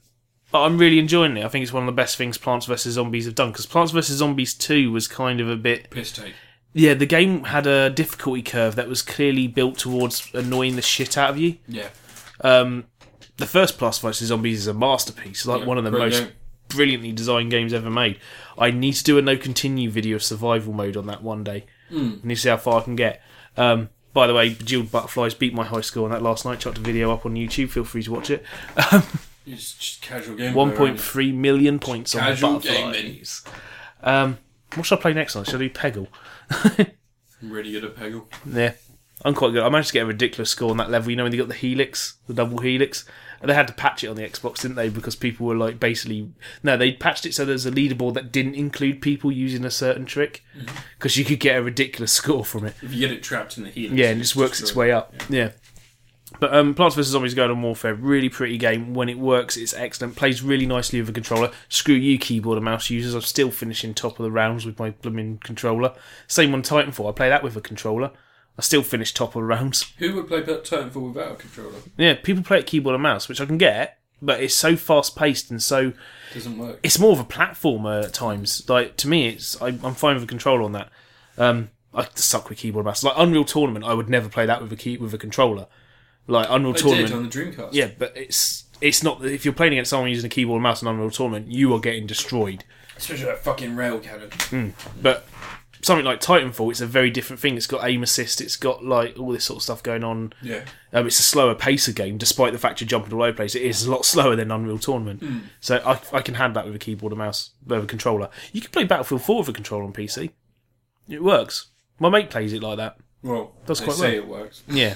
S2: but I'm really enjoying it. I think it's one of the best things Plants vs Zombies have done because Plants vs Zombies Two was kind of a bit
S1: Piss take.
S2: yeah. The game had a difficulty curve that was clearly built towards annoying the shit out of you.
S1: Yeah.
S2: Um, the first Plants vs Zombies is a masterpiece, like
S1: Yeah,
S2: one of the
S1: great
S2: most
S1: game.
S2: brilliantly designed games ever made. I need to do a no continue video of survival mode on that one day.
S1: Hmm.
S2: I need to see how far I can get. Um, by the way, Bejeweled Butterflies beat my high score on that last night. Chucked a video up on YouTube. Feel free to watch it.
S1: It's just casual game.
S2: One point three million points on
S1: Casual
S2: Butterflies. Um, what should I play next time? Should I do Peggle?
S1: I'm really good at Peggle.
S2: Yeah, I'm quite good. I managed to get a ridiculous score on that level. You know when they got the helix, the double helix, and they had to patch it on the Xbox, didn't they? Because people were like basically no, they patched it so there's a leaderboard that didn't include people using a certain trick, because you could get a ridiculous score from it.
S1: If you get it trapped in the helix.
S2: Yeah, and it
S1: it's
S2: just works its
S1: destroyed.
S2: way up. Yeah. But um, Plants vs Zombies Garden Warfare, really pretty game. When it works, it's excellent. Plays really nicely with a controller. Screw you, keyboard and mouse users. I'm still finishing top of the rounds with my blooming controller. Same on Titanfall. I play that with a controller. I still finish top of the rounds.
S1: Who would play Pet- Titanfall without a controller?
S2: Yeah, people play it keyboard and mouse, which I can get, but it's so fast paced and so
S1: Doesn't work.
S2: it's more of a platformer at times. Like to me, it's I, I'm fine with a controller on that. Um, I suck with keyboard and mouse. Like Unreal Tournament, I would never play that with a key with a controller. Like Unreal
S1: They did
S2: Tournament,
S1: on the Dreamcast.
S2: yeah, but it's it's not if you're playing against someone using a keyboard and mouse in Unreal Tournament, you are getting destroyed.
S1: Especially that fucking rail cannon.
S2: Mm. But something like Titanfall, it's a very different thing. It's got aim assist. It's got like all this sort of stuff going on.
S1: Yeah.
S2: Um, it's a slower pace of game, despite the fact you're jumping all over the place. It is a lot slower than Unreal Tournament.
S1: Hmm.
S2: So I, I can hand that with a keyboard and mouse, with a controller. You can play Battlefield 4 with a controller on PC. It works. My mate plays it like that.
S1: Well,
S2: Does
S1: they
S2: quite
S1: say it works.
S2: Yeah.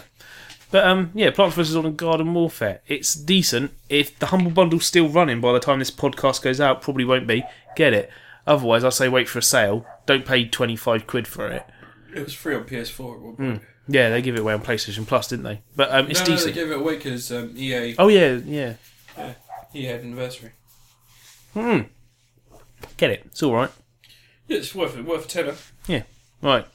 S2: But um, yeah, Plants vs. Zombie Garden Warfare. It's decent. If the Humble Bundle's still running by the time this podcast goes out, probably won't be. Get it. Otherwise, I say wait for a sale. Don't pay 25 quid for it.
S1: It was free on PS4 at one point.
S2: Yeah, they give it away on PlayStation Plus, didn't they? But um, Mm. it's
S1: no, no, they
S2: decent.
S1: gave it away because um, EA
S2: oh, yeah, yeah.
S1: EA had anniversary.
S2: Get it. It's all right.
S1: Yeah, it's worth it. Worth a tenner.
S2: Yeah. Right.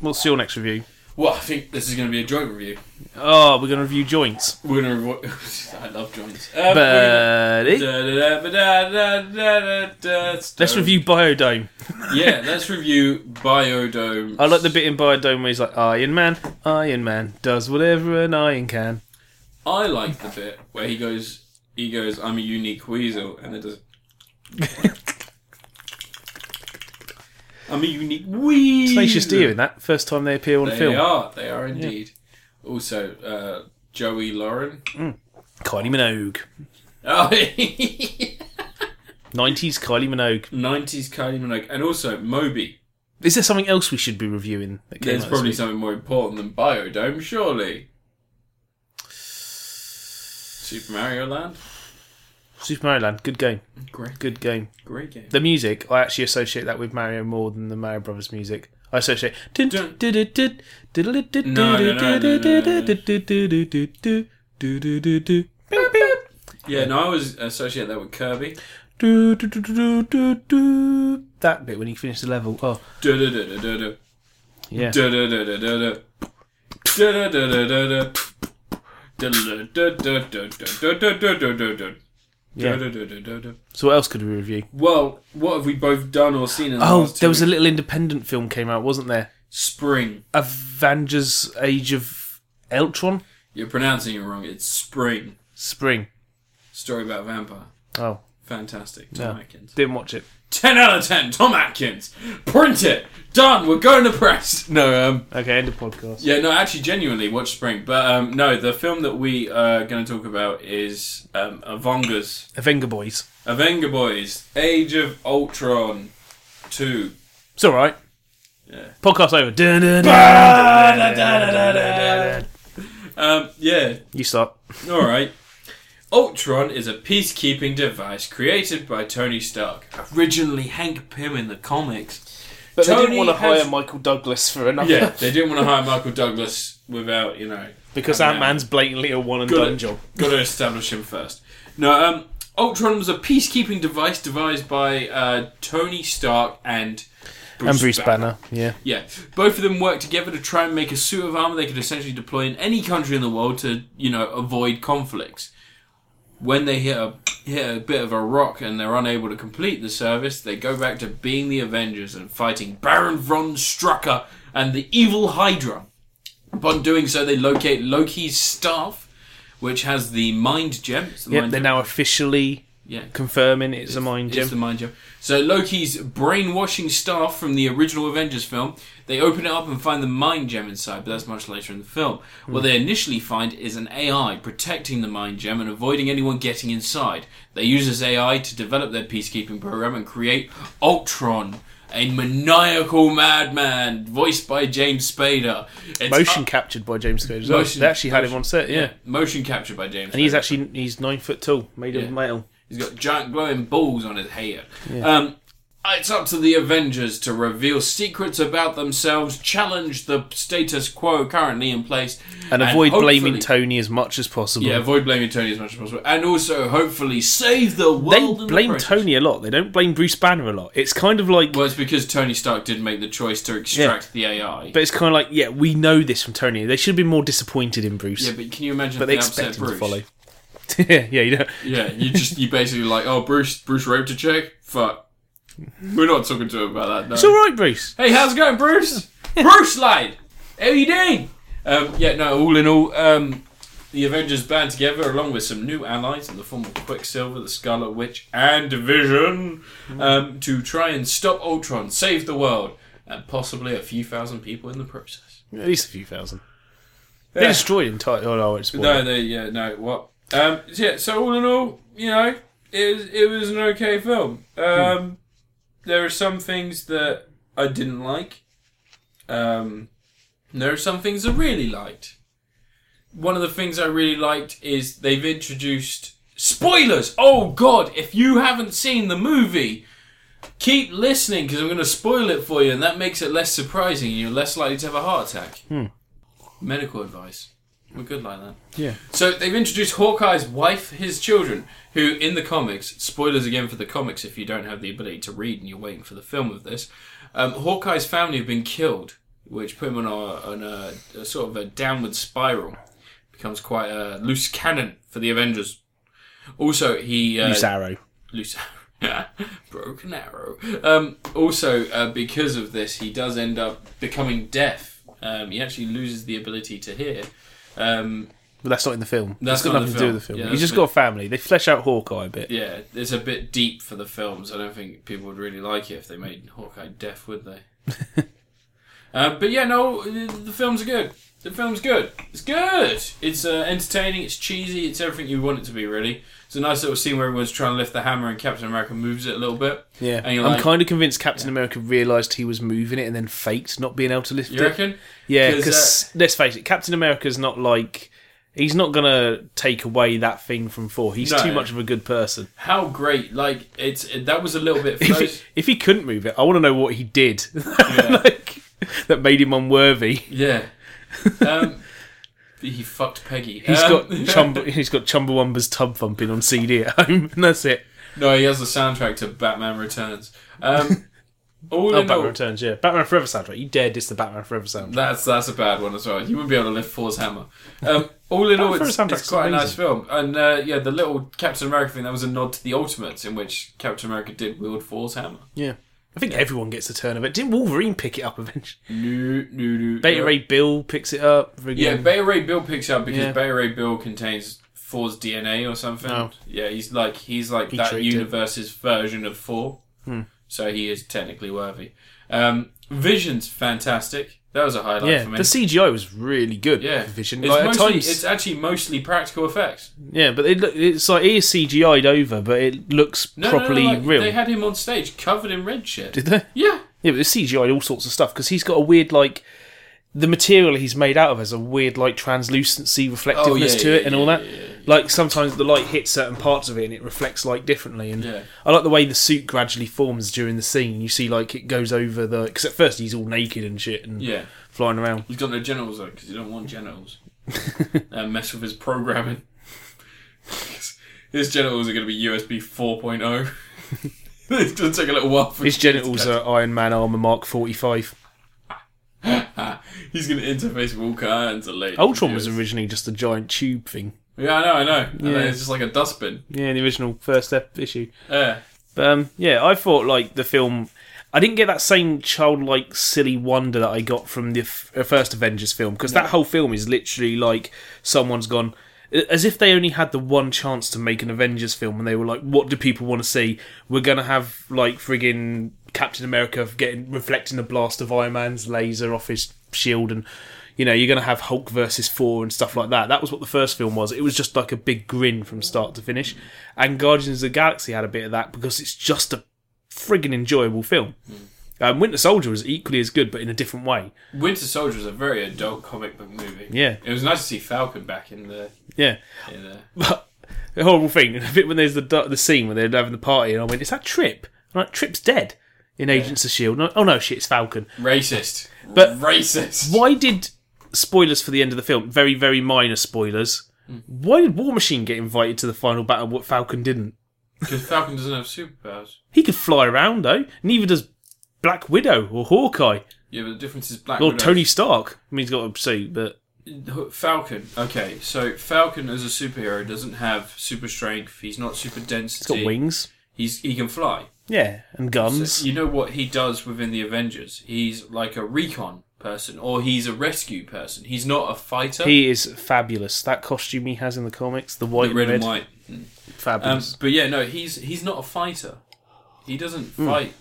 S2: What's your next review?
S1: Well, I think this is going to be a joint review.
S2: Oh, we're going to review joints.
S1: We're going to. Revo- I love joints. Um, we're
S2: But it-
S1: gonna- Da-da-da-da-da-da-da.
S2: let's
S1: Stone.
S2: review Biodome.
S1: Yeah, let's review Biodome.
S2: I like the bit in Biodome where he's like, Iron Man, Iron Man does whatever an iron can.
S1: I like the bit where he goes, he goes, I'm a unique weasel, and it does. I'm a unique weasel.
S2: Tenacious D in that first time they appear on
S1: They
S2: film.
S1: are, they are indeed. Also, uh, Joey Lauren.
S2: Kylie Minogue,
S1: Oh,
S2: 90s Kylie Minogue.
S1: 90s Kylie Minogue, and also Moby.
S2: Is there something else we should be reviewing? That came
S1: There's
S2: out this
S1: probably
S2: week?
S1: something more important than Biodome, surely. Super Mario Land.
S2: Super Mario Land. Good game.
S1: Great,
S2: Good game.
S1: great game.
S2: The music, I actually associate that with Mario more than the Mario Brothers music. I associate. No,
S1: Dun. Yeah, no, I always associate that with Kirby.
S2: That bit when you finish the level. Oh,
S1: Du-du-du-du-du-du.
S2: yeah.
S1: Du-du-du-du-du-du. Du-du-du-du-du-du. Du-du-du-du-du-du-du-du-du-du-du-du-du.
S2: Yeah.
S1: Du-du-du-du-du-du.
S2: So what else could we review?
S1: Well, what have we both done or seen in the
S2: Oh,
S1: last two
S2: there was a
S1: weeks?
S2: little independent film came out, wasn't there?
S1: spring.
S2: Avengers: Age of Eltron.
S1: You're pronouncing it wrong. It's spring.
S2: Spring.
S1: Story about vampire.
S2: Oh,
S1: Fantastic. Tom
S2: Yeah.
S1: Atkins.
S2: didn't watch it.
S1: 10 out of 10. Tom Atkins. Print it. Done. We're going to press. No, um,
S2: Okay, end of podcast.
S1: Yeah, no, actually, genuinely watch Spring, but um, no, the film that we are going to talk about is um, Avengers,
S2: Avenger Boys.
S1: Avenger Boys, Age of Ultron, two.
S2: It's all right. Podcast over. Dun, dun, dun,
S1: Ah,
S2: dun, dun, dun, dun, dun.
S1: Um, yeah,
S2: You start.
S1: all right. Ultron is a peacekeeping device created by Tony Stark, originally Hank Pym in the comics.
S2: But
S1: they didn't wanna hire
S2: Michael Douglas for another
S1: Yeah, they didn't want to hire Michael Douglas without you know
S2: because
S1: having
S2: Ant Man's blatantly a one and
S1: Got
S2: done
S1: it.
S2: job.
S1: Got to establish him first. No, um, Ultron was a peacekeeping device devised by uh, Tony Stark and Bruce,
S2: Yeah.
S1: Yeah, both of them worked together to try and make a suit of armor they could essentially deploy in any country in the world to, you know, avoid conflicts. When they hit a hit a bit of a rock and they're unable to complete the service, they go back to being the Avengers and fighting Baron von Strucker and the evil Hydra. Upon doing so, they locate Loki's staff, which has the mind gem. It's the
S2: Yep.
S1: mind
S2: They're
S1: gem.
S2: now officially
S1: yeah,
S2: confirming it's a mind
S1: it's the
S2: gem.
S1: mind gem. So Loki's brainwashing staff from the original Avengers film, they open it up and find the mind gem inside, but that's much later in the film.
S2: Hmm.
S1: What they initially find is an AI protecting the mind gem and avoiding anyone getting inside. They use this AI to develop their peacekeeping program and create Ultron. A maniacal madman, voiced by James Spader. It's
S2: Motion
S1: up-
S2: captured by James Cage. Well.
S1: Motion-
S2: They actually had him on set. Yeah.
S1: motion capture by James.
S2: And he's
S1: Spader.
S2: actually he's nine foot tall, made
S1: Yeah.
S2: of metal.
S1: He's got giant glowing balls on his head. Um, it's up to the Avengers to reveal secrets about themselves, challenge the status quo currently in place,
S2: And avoid blaming
S1: hopefully-
S2: Tony as much as possible.
S1: Yeah, avoid blaming Tony as much as possible, and also hopefully save the world.
S2: they
S1: in the
S2: blame
S1: process.
S2: Tony a lot. They don't blame Bruce Banner a lot. It's kind of like,
S1: Well, it's because Tony Stark did make the choice to extract the AI.
S2: but it's kind of like, yeah, we know this from Tony. They should have been more disappointed in Bruce,
S1: yeah, but can you imagine
S2: but
S1: if
S2: they
S1: they
S2: expect
S1: upset
S2: him
S1: Bruce?
S2: to follow. yeah, yeah, you know,
S1: Yeah, you just you basically like, oh, Bruce, Bruce raped a chick. Fuck, we're not talking to him about that. No.
S2: it's all right, Bruce.
S1: Hey, how's it going, Bruce? Bruce Slade, how you doing? Um, yeah, no. All in all, um, The Avengers band together, along with some new allies in the form of Quicksilver, the Scarlet Witch, and Vision, um, to try and stop Ultron, save the world, and possibly a few thousand people in the process.
S2: At least a few thousand. They
S1: Yeah.
S2: destroyed entire. Oh no, it's
S1: No,
S2: no,
S1: they, yeah, no, what? Um, yeah, so all in all, you know, it was, it was an okay film. Um, There are some things that I didn't like. Um, there are some things I really liked. One of the things I really liked is they've introduced spoilers. Oh God! If you haven't seen the movie, keep listening because I'm going to spoil it for you, and that makes it less surprising, and you're less likely to have a heart attack. Medical advice. We're good like that.
S2: yeah.
S1: So they've introduced Hawkeye's wife, his children, who in the comics, spoilers again for the comics if you don't have the ability to read and you're waiting for the film of this, um, Hawkeye's family have been killed, which put him on, a, on a, a sort of a downward spiral. Becomes quite a loose cannon for the Avengers. Also, he uh,
S2: Loose arrow.
S1: loose broken arrow. Um, also, uh, because of this, he does end up becoming deaf. Um, he actually loses the ability to hear. Um,
S2: But that's not in the film.
S1: That's
S2: That's got
S1: not in
S2: nothing
S1: the
S2: to do
S1: film.
S2: with the film.
S1: Yeah,
S2: He's
S1: that's
S2: just
S1: been-
S2: got a family. They flesh out Hawkeye a bit.
S1: Yeah, it's a bit deep for the films. I don't think people would really like it if they made Hawkeye deaf, would they? uh, but yeah, no, the the films are good. The film's good. It's good. It's uh, entertaining. It's cheesy. It's everything you want it to be. Really, it's a nice little scene where everyone's trying to lift the hammer and Captain America moves it a little bit.
S2: Yeah,
S1: and you're
S2: I'm
S1: like,
S2: kind of convinced Captain America realised he was moving it and then faked not being able to lift
S1: you
S2: it.
S1: reckon?
S2: Yeah,
S1: 'Cause, uh,
S2: because let's face it, Captain America's not like he's not gonna take away that thing from four. He's
S1: No.
S2: too much of a good person.
S1: How great! Like it's it, that was a little bit.
S2: If
S1: Frozen.
S2: he, if he couldn't move it, I want to know what he did like, that made him unworthy.
S1: yeah. Um, he fucked Peggy.
S2: He's
S1: Um,
S2: got Chumb- he's got Chumbawamba's tub thumping on CD at home, and that's it.
S1: No, he has the soundtrack to Batman Returns. Um, all
S2: Oh,
S1: in
S2: Batman
S1: all,
S2: Returns, yeah, Batman Forever soundtrack. You dare diss the Batman Forever soundtrack?
S1: that's that's a bad one as well. You wouldn't be able to lift Thor's hammer. Um, all in all,
S2: Batman
S1: it's,
S2: Forever
S1: it's
S2: soundtrack's
S1: quite a nice
S2: amazing.
S1: film. And uh, yeah, the little Captain America thing that was a nod to the Ultimates, in which Captain America did wield Thor's hammer.
S2: Yeah, I think everyone gets a turn of it. Didn't Wolverine pick it up eventually?
S1: No, no, no.
S2: Beta Ray Bill picks it up. friggin-
S1: Yeah, Beta Ray Bill picks it up because
S2: Yeah.
S1: Beta Ray Bill contains Thor's DNA or something.
S2: Oh.
S1: Yeah, he's like he's like
S2: He
S1: that
S2: tricked it. Hmm.
S1: universe's version of Thor. So he is technically worthy. Um, Vision's fantastic. That was a highlight
S2: yeah.
S1: for me.
S2: The CGI was really good.
S1: yeah,
S2: for Vision.
S1: It's,
S2: Like, at
S1: mostly,
S2: times,
S1: it's actually mostly practical effects.
S2: yeah, but it, look- it's like it is CGI'd over, but it looks
S1: No, no, no,
S2: properly
S1: like,
S2: real.
S1: They had him on stage covered in red shit.
S2: Did they?
S1: yeah,
S2: Yeah, but it's CGI'd all sorts of stuff because he's got a weird like the material he's made out of has a weird like translucency reflectiveness to
S1: Oh, yeah,
S2: it and all
S1: yeah,
S2: that.
S1: yeah, yeah,
S2: Like sometimes the light hits certain parts of it and it reflects light differently. And
S1: Yeah.
S2: I like the way the suit gradually forms during the scene. You see like it goes over the because at first he's all naked and shit and
S1: yeah.
S2: flying around.
S1: He's got no genitals though because he don't want genitals. and mess with his programming. his genitals are going to be USB 4.0. oh. it's going to take a little while. For
S2: His genitals are Iron Man armor Mark Forty Five.
S1: He's going to interface with all kinds of late.
S2: Ultron was originally just a giant tube thing.
S1: Yeah, I know, I know. And then
S2: Yeah.
S1: it's just like a dustbin.
S2: Yeah, in the original first ep- issue.
S1: Yeah.
S2: But um, yeah, I thought like the film. I didn't get that same childlike, silly wonder that I got from the f- uh, first Avengers film because that whole film is literally like someone's gone as if they only had the one chance to make an Avengers film and they were like, "What do people want to see? We're gonna have like friggin' Captain America getting reflecting the blast of Iron Man's laser off his shield and." You know, you're going to have Hulk versus Thor and stuff like that. That was what the first film was. It was just like a big grin from start to finish. And Guardians of the Galaxy had a bit of that because it's just a friggin' enjoyable film. Um, Winter Soldier was equally as good, but in a different way.
S1: Winter Soldier is a very adult comic book movie.
S2: Yeah.
S1: It was nice to see Falcon back in the.
S2: Yeah.
S1: In the
S2: But the horrible thing, a bit when there's the du- the scene when they're having the party, and I went, "Is that Trip?" I'm like, "Trip's dead." In Agents of Shield, And I- oh no, shit, it's Falcon.
S1: racist.
S2: But-
S1: Racist.
S2: Why did spoilers for the end of the film? Very, very minor spoilers. Why did War Machine get invited to the final battle? What Falcon didn't?
S1: Because Falcon doesn't have superpowers.
S2: He could fly around though. Neither does Black Widow or Hawkeye
S1: Yeah, but the difference is Black
S2: or
S1: Widow-
S2: Tony Stark. I mean, he's got a suit, but
S1: Falcon. Okay, so Falcon as a superhero doesn't have super strength. He's not super
S2: he's
S1: density.
S2: got wings.
S1: He's he can fly.
S2: Yeah, and
S1: So
S2: guns.
S1: you know what he does within the Avengers? He's like a recon person, or he's a rescue person. He's not a fighter.
S2: He is fabulous. That costume he has in the comics, the white
S1: the red
S2: and
S1: and white. Um,
S2: fabulous.
S1: but yeah, no, he's he's not a fighter. He doesn't
S2: Hmm.
S1: fight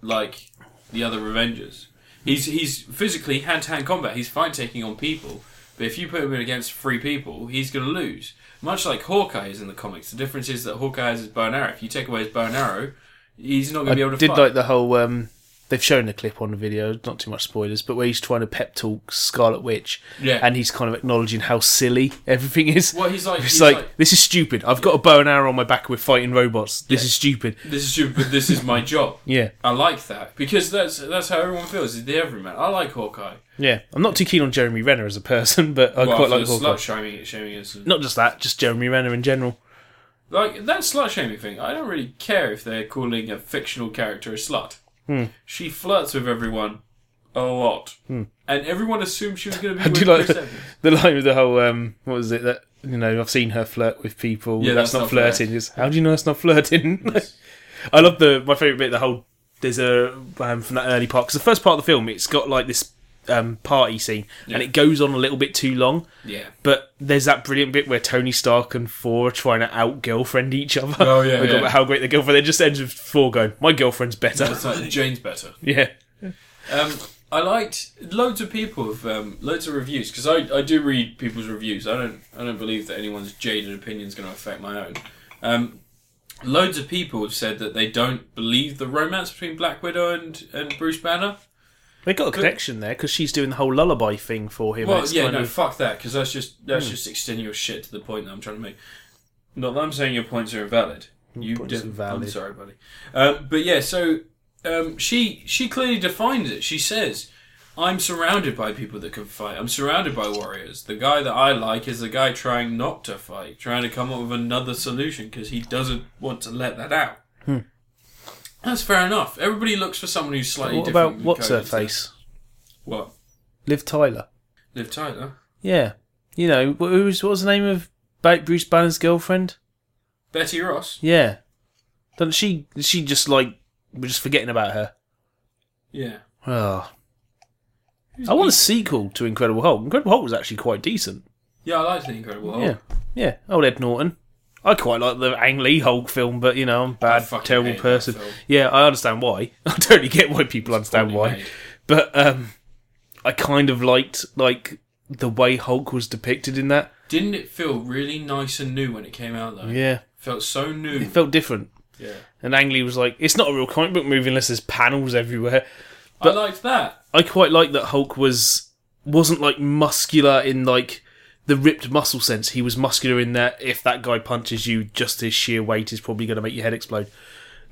S1: like the other Avengers. He's he's physically hand to hand combat. He's fine taking on people, but if you put him in against three people, he's going to lose. Much like Hawkeye is in the comics. The difference is that Hawkeye has his bow and arrow. If you take away his bow and arrow, he's not going to be able to
S2: I did
S1: fight.
S2: like the whole. Um, they've shown the clip on the video. Not too much spoilers, but where he's trying to pep talk Scarlet Witch,
S1: Yeah.
S2: and he's kind of acknowledging how silly everything is.
S1: well, he's like,
S2: It's
S1: he's
S2: like,
S1: like
S2: this is stupid. I've got a bow and arrow on my back. We're fighting robots. This is stupid.
S1: this is stupid. This is my job.
S2: Yeah,
S1: I like that because that's that's how everyone feels. Is the everyman. I like Hawkeye.
S2: yeah. I'm not too keen on Jeremy Renner as a person, but I
S1: Well,
S2: quite
S1: for
S2: like
S1: the
S2: Hawkeye.
S1: slut shaming, shaming us.
S2: Not just that, just Jeremy Renner in general.
S1: Like that slut shaming thing, I don't really care if they're calling a fictional character a slut.
S2: Hmm.
S1: She flirts with everyone a lot, and everyone assumed she was going to be.
S2: I
S1: with
S2: do like
S1: Chris
S2: the,
S1: Evans.
S2: the line with the whole um, what was it that you know I've seen her flirt with people.
S1: Yeah,
S2: that's,
S1: that's
S2: not,
S1: not fair.
S2: flirting. It's, How do you know that's not flirting? I love the my favorite bit. The whole there's a um, from that early part because the first part of the film it's got like this um, party scene and it goes on a little bit too long.
S1: Yeah,
S2: But there's that brilliant bit where Tony Stark and Thor are trying to out girlfriend each other.
S1: Oh, yeah,
S2: They go
S1: yeah.
S2: about How great the girlfriend! It just ends with Thor going, "My girlfriend's better."
S1: it's like Jane's better.
S2: yeah,
S1: Um, I liked loads of people, have, um, loads of reviews because I, I do read people's reviews. I don't I don't believe that anyone's jaded opinion is going to affect my own. Um, loads of people have said that they don't believe the romance between Black Widow and, and Bruce Banner.
S2: they got a connection there because she's doing the whole lullaby thing for him. and
S1: Well,
S2: it's
S1: yeah,
S2: kind
S1: no,
S2: of- Hmm.
S1: fuck that, because that's just that's just extenuous shit to the point that I'm trying to make. Not that I'm saying your points are invalid. You
S2: points are
S1: didn't- I'm
S2: valid.
S1: sorry, buddy. Um, but yeah, so um, she she clearly defines it. She says, "I'm surrounded by people that can fight. I'm surrounded by warriors. The guy that I like is the guy trying not to fight, trying to come up with another solution because he doesn't want to let that out."
S2: Hmm.
S1: That's fair enough. Everybody looks for someone who's slightly
S2: what
S1: different.
S2: about
S1: with
S2: what's her
S1: codes and
S2: face?
S1: stuff. What?
S2: Liv Tyler.
S1: Liv Tyler?
S2: Yeah, you know wh- who was what was the name of Ba- Bruce Banner's girlfriend?
S1: Betty Ross?
S2: Yeah, doesn't she? She just like we're just forgetting about her.
S1: Yeah.
S2: Oh. I want a sequel to Incredible Hulk. Incredible Hulk was actually quite decent.
S1: Yeah, I liked the Incredible Hulk.
S2: Yeah, yeah. Old Ed Norton. I quite like the Ang Lee Hulk film, but you know I'm a bad,
S1: fucking
S2: terrible
S1: hate that
S2: person.
S1: film.
S2: Yeah, I understand why. I totally get why people understand
S1: poorly
S2: why.
S1: made.
S2: But um, I kind of liked like the way Hulk was depicted in that.
S1: Didn't it feel really nice and new when it came out though?
S2: Yeah,
S1: Felt so new.
S2: it felt different.
S1: Yeah.
S2: And Ang Lee was like, "It's not a real comic book movie unless there's panels everywhere."
S1: I liked that.
S2: I quite like that Hulk was wasn't like muscular in like the ripped muscle sense. He was muscular in that if that guy punches you, just his sheer weight is probably going to make your head explode.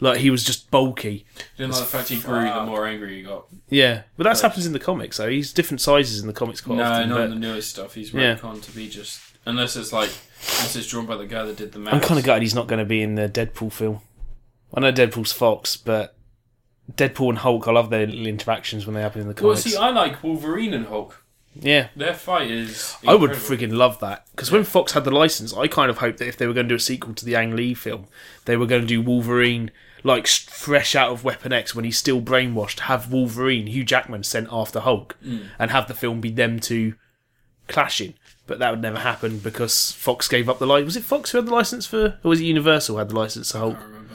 S2: Like he was just bulky.
S1: Didn't like the fact he grew the more angry he got.
S2: Yeah, but that happens in the comics. though. he's different sizes in the comics quite
S1: No,
S2: often.
S1: not
S2: but
S1: in the newest stuff. He's
S2: Yeah.
S1: yeah. on to be just unless it's like unless it's drawn by the guy that did the math.
S2: I'm kind of gutted he's not going to be in the Deadpool film. I know Deadpool's Fox, but Deadpool and Hulk, I love their little interactions when they happen in the
S1: Well,
S2: comics.
S1: see, I like Wolverine and Hulk.
S2: yeah,
S1: Their fight is.
S2: I would
S1: incredible.
S2: friggin' love that because when Fox had the license, I kind of hoped that if they were going to do a sequel to the Ang Lee film, they were going to do Wolverine like s- fresh out of Weapon X when he's still brainwashed, have Wolverine Hugh Jackman sent after Hulk, and have the film be them two clashing. But that would never happen because Fox gave up the license. Was it Fox who had the license for, or was it Universal who had the license to Hulk?
S1: I remember.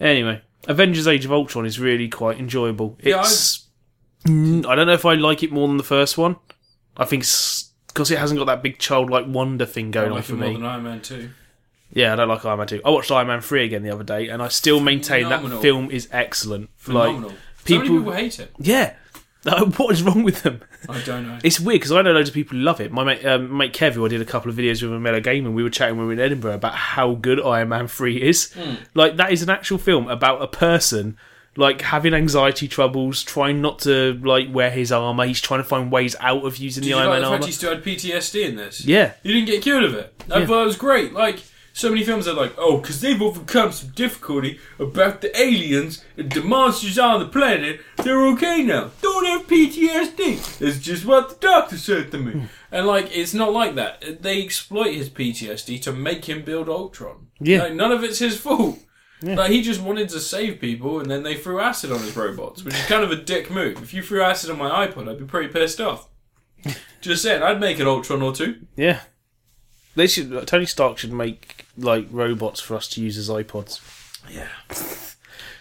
S2: Anyway, Avengers: Age of Ultron is really quite enjoyable.
S1: Yeah, I-
S2: It's Mm, I don't know if I like it more than the first one. I think because it hasn't got that big childlike wonder thing
S1: I
S2: going on
S1: like
S2: for
S1: him more
S2: me.
S1: than Iron Man too.
S2: yeah, I don't like Iron Man two. I watched Iron Man three again the other day, and I still maintain
S1: Phenomenal.
S2: that film is excellent.
S1: Phenomenal.
S2: Like,
S1: so many
S2: people-
S1: people hate it.
S2: yeah. What is wrong with them?
S1: I don't know.
S2: It's weird because I know loads of people who love it. My mate, um, mate Kev, who I did a couple of videos with on Mellow Game, and we were chatting when we were in Edinburgh about how good Iron Man 3 is.
S1: Hmm.
S2: Like, that is an actual film about a person, like, having anxiety troubles, trying not to, like, wear his armour. He's trying to find ways out of using
S1: Did
S2: the
S1: you
S2: Iron
S1: like
S2: Man
S1: the fact
S2: armour.
S1: he still had PTSD in this?
S2: Yeah.
S1: You didn't get cured of it. I thought it was great. Like, so many films are like, oh, because they've overcome some difficulty about the aliens and the monsters on the planet, they're okay now. Don't have PTSD. It's just what the doctor said to me. And, like, it's not like that. They exploit his PTSD to make him build Ultron.
S2: Yeah.
S1: Like, none of it's his fault. Like he just wanted to save people, and then they threw acid on his robots, which is kind of a dick move. If you threw acid on my iPod, I'd be pretty pissed off. Just saying, I'd make an Ultron or two.
S2: Yeah. They should. Tony Stark should make like robots for us to use as iPods.
S1: Yeah.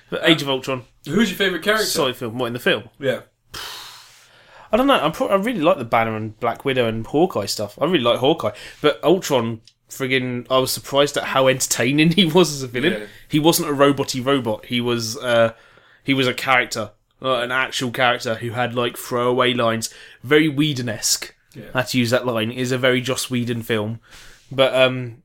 S2: But Age of Ultron,
S1: Who's your favourite character?
S2: solid film. What in the film?
S1: Yeah.
S2: I don't know. I'm pro- I really like the Banner and Black Widow and Hawkeye stuff. I really like Hawkeye, but Ultron, friggin', I was surprised at how entertaining he was as a villain.
S1: Yeah.
S2: He wasn't a roboty robot. He was, uh, he was a character, uh, an actual character who had like throwaway lines, very Whedon-esque.
S1: Yeah.
S2: I had to use that line. It is a very Joss Whedon film, but um,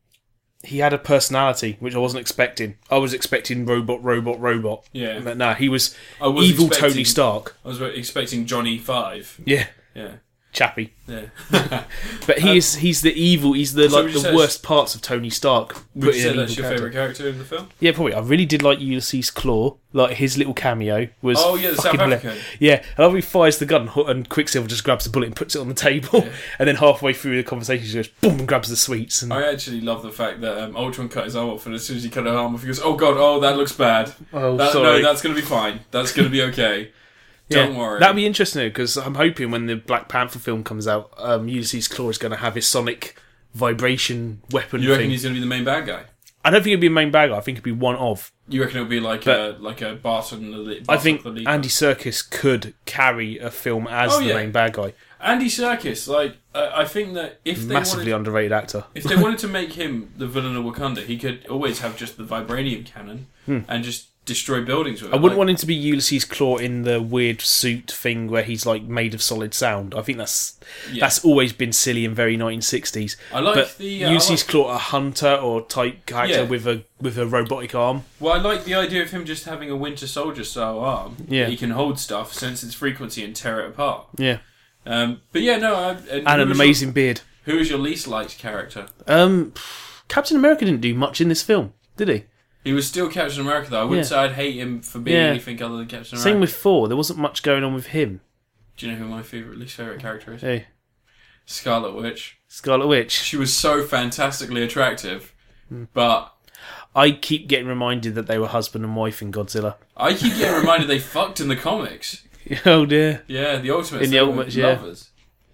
S2: he had a personality which I wasn't expecting. I was expecting robot, robot, robot.
S1: Yeah.
S2: but nah, he was,
S1: I was
S2: evil
S1: expecting-
S2: Tony Stark.
S1: I was expecting Johnny Five.
S2: Yeah,
S1: Yeah.
S2: chappy.
S1: Yeah.
S2: But he is, he's the evil, he's the
S1: Um, so
S2: like
S1: would you
S2: the
S1: say
S2: worst parts of Tony Stark.
S1: Would
S2: put
S1: you
S2: in
S1: say
S2: an
S1: that's your
S2: evil character.
S1: favourite character in the film?
S2: Yeah, probably. I really did like Ulysses Claw. Like his little cameo was.
S1: Oh, yeah, the South
S2: fucking
S1: African.
S2: hilarious. Yeah, I love he fires the gun Ho- and Quicksilver just grabs the bullet and puts it on the table, and then halfway through the conversation she goes boom and grabs the sweets and
S1: I actually love the fact that um, Ultron cut his arm off, and as soon as he cut her arm off, he goes, "Oh God, oh that looks bad.
S2: Oh,
S1: that, No,
S2: sorry.
S1: that's gonna be fine. That's gonna be okay. Don't worry."
S2: That'd be interesting because I'm hoping when the Black Panther film comes out, um, Ulysses Claw is going to have his sonic vibration weapon
S1: you reckon
S2: thing.
S1: he's gonna be the main bad guy?
S2: I don't think it'd be a main bad guy. I think it'd be one of.
S1: You reckon it'll be like a like a Barton? Barton
S2: I think
S1: the lead-
S2: Andy Serkis could carry a film as
S1: Oh,
S2: the
S1: yeah.
S2: main bad guy.
S1: Andy Serkis. Like uh, I think that if they
S2: Massively
S1: wanted,
S2: underrated actor.
S1: if they wanted to make him the villain of Wakanda, he could always have just the vibranium cannon and just destroy buildings with it.
S2: Hmm. I wouldn't want him to be Ulysses Claw in the weird suit thing where he's like made of solid sound. I think that's
S1: Yeah.
S2: that's always been silly and very 1960s.
S1: I like
S2: but
S1: the, uh, I
S2: Ulysses
S1: like-
S2: Claw, a hunter or type character
S1: Yeah.
S2: with a with a robotic arm.
S1: Well, I like the idea of him just having a Winter Soldier style arm.
S2: Yeah.
S1: he can hold stuff, sense its frequency, and tear it apart.
S2: Yeah,
S1: Um, but yeah, no, I, and,
S2: and
S1: who
S2: an
S1: was
S2: amazing beard.
S1: Your, who is your least liked character?
S2: Um, Captain America didn't do much in this film, did he?
S1: He was still Captain America, though. I wouldn't
S2: Yeah.
S1: say I'd hate him for being
S2: Yeah.
S1: anything other than Captain America.
S2: Same with Thor. There wasn't much going on with him.
S1: Do you know who my favorite, least favorite character is?
S2: Hey,
S1: Scarlet Witch.
S2: Scarlet Witch.
S1: She was so fantastically attractive,
S2: Hmm.
S1: but
S2: I keep getting reminded that they were husband and wife in Godzilla.
S1: I keep getting reminded they fucked in the comics.
S2: oh dear.
S1: Yeah, the Ultimates.
S2: In the
S1: they were
S2: Ultimates, yeah.
S1: lovers.